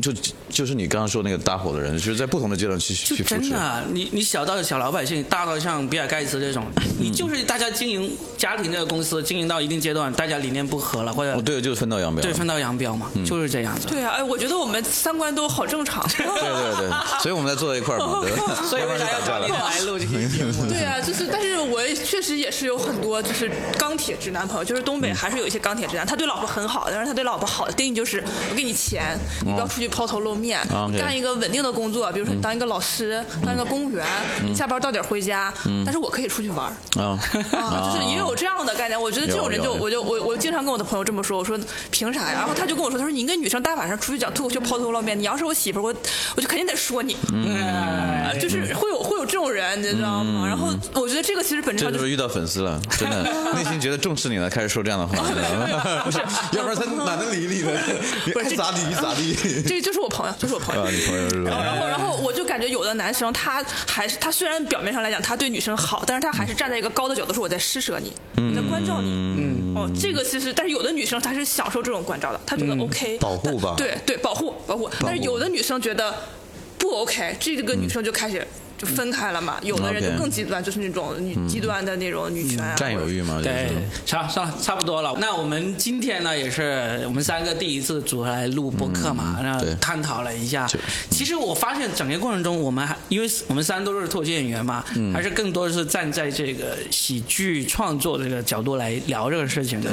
S2: 就就是你刚刚说那个搭伙的人，就是在不同的阶段去
S1: 就
S2: 去扶
S1: 真
S2: 持
S1: 的。啊，你你小到小老百姓，大到像比尔盖茨这种，你就是大家经营家庭这个公司，经营到一定阶段，大家理念不合了，或者
S2: 哦，对，就是分道扬镳。
S1: 对分道扬镳嘛，就是这样子。
S3: 对啊，哎，我觉得我们三观都好正常。
S2: 对对 对，所以我们才坐在一块儿嘛，对吧？
S1: 所以
S2: 要不
S1: 为
S2: 然
S1: 啥
S2: 就
S1: 要
S2: 打架
S1: 找你
S2: 了。
S1: 来录这些节目？
S3: 对啊，就是，但是我也确实也是有很多就是钢铁直男朋友，就是东北还是有一些钢铁直男，他对老婆很好，但是他对老婆好的定义就是我给你钱，你不要出去抛头露面，
S2: 哦啊，OK 嗯
S3: 你干一个稳定的工作，比如说你当一个老师，当一个公务员，你下班到点回家，但是我可以出去玩儿。
S2: 啊
S3: 啊，就是也有这样的概念，我觉得这种人就，
S2: 有有
S3: 我就我我经常跟我的朋友这么说，我说凭啥呀？然后他就跟我说，他说你一个女生大晚上出去讲脱口秀抛头露面，你要是我媳妇儿，我我就肯定得说你，
S2: 嗯
S1: 哎
S3: 啊就是会有会有这种人，你知道
S2: 嗯
S3: 吗？然后我觉得这个其实本质
S2: 这
S3: 上
S2: 就
S3: 就是是。
S2: 遇到粉丝了，真的内心觉得重视你了，开始说这样的话，你知道 吗要不然他哪能理你呢？你爱咋地咋 地。
S3: 这就是我朋友，就是我朋友
S2: 啊，。你朋友是
S3: 然后，然
S2: 吧？
S3: 后，然后我就感觉有的男生他还是他虽然表面上来讲他对女生好，但是他还是站在一个高的角度说我在施舍你，我在关照你。嗯，哦，这个其实，但是有的女生她是享受这种关照的，她觉得 OK，
S2: 嗯保护吧
S3: 但对对，保护保护。但是有的女生觉得不 OK，这个女生就开始就分开了嘛。有的人
S2: 嗯 OK 嗯
S3: 就更极端，就是那种女极端的那种女权啊，
S2: 占有欲嘛，就 是
S1: 对，差差差不多了。那我们今天呢，也是我们三个第一次组合来录播客嘛，然后
S2: 嗯对
S1: 探讨了一下
S2: 就。
S1: 其实我发现整个过程中，我们还因为我们三都是脱口秀演员嘛，还是更多是站在这个喜剧创作这个角度来聊这个事情的。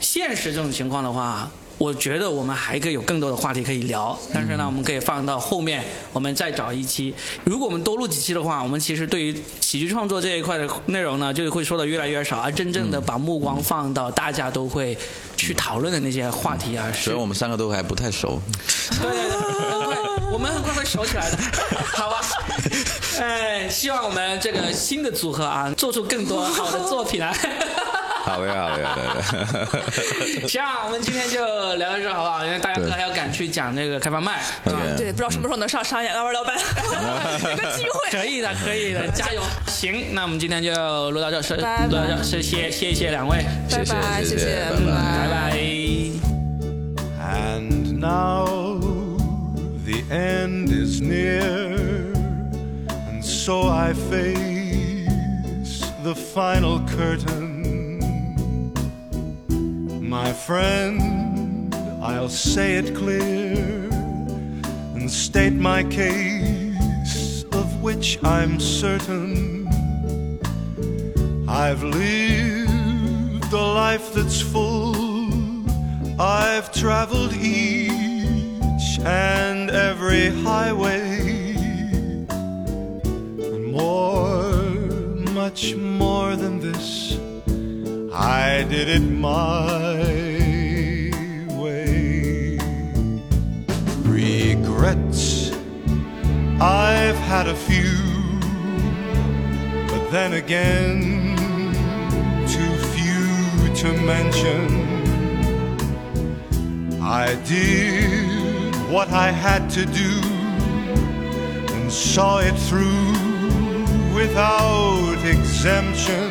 S1: 现实这种情况的话。我觉得我们还可以有更多的话题可以聊，但是呢，我们可以放到后面，我们再找一期。如果我们多录几期的话，我们其实对于喜剧创作这一块的内容呢，就会说的越来越少，而真正的把目光放到大家都会去讨论的那些话题啊，是
S2: 所以我们三个都还不太熟。
S1: 对对对，很快，我们很快会熟起来的，好吧？哎，希望我们这个新的组合啊，做出更多好的作品来。
S2: 好啊的，好的，好 的好的。
S1: 行啊，我们今天就聊到这儿好不好？因为大家可
S2: 对
S1: 能还要赶去讲那个开放麦。
S2: OK，
S3: 啊对，不知道什么时候能上商演，二位 老板有个机会。
S1: 可以的，可以的，加油！行，那我们今天就录到这儿，是录
S3: 拜拜
S1: 到这儿，谢谢谢谢两位，
S2: 谢谢
S3: 拜拜，
S2: 谢
S3: 谢
S2: 谢拜
S3: 拜
S2: 拜
S1: 拜拜。
S4: And now the end is near, and so I face the final curtain. My friend, I'll say it clear and state my case, of which I'm certain. I've lived a life that's full. I've traveled each and every highway. And more, much more than this, I did it my way. Regrets, I've had a few. But then again, too few to mention. I did what I had to do and saw it through without exemption.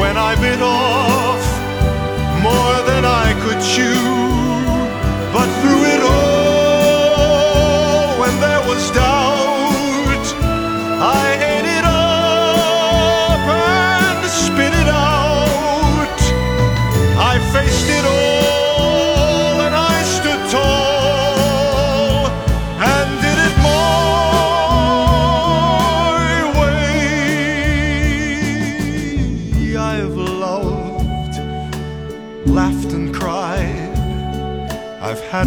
S4: when I bit off more than I could chew. But through it all, when there was doubt, I ate it up and spit it out. I faced it all and I stood tall and did it my way. I've loved, laughed and cried. I've had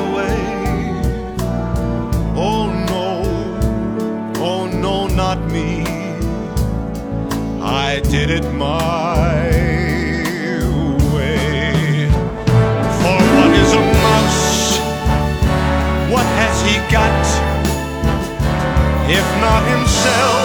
S4: way. Oh no, oh no, not me. I did it my way. For what is a mouse? What has he got? If not himself,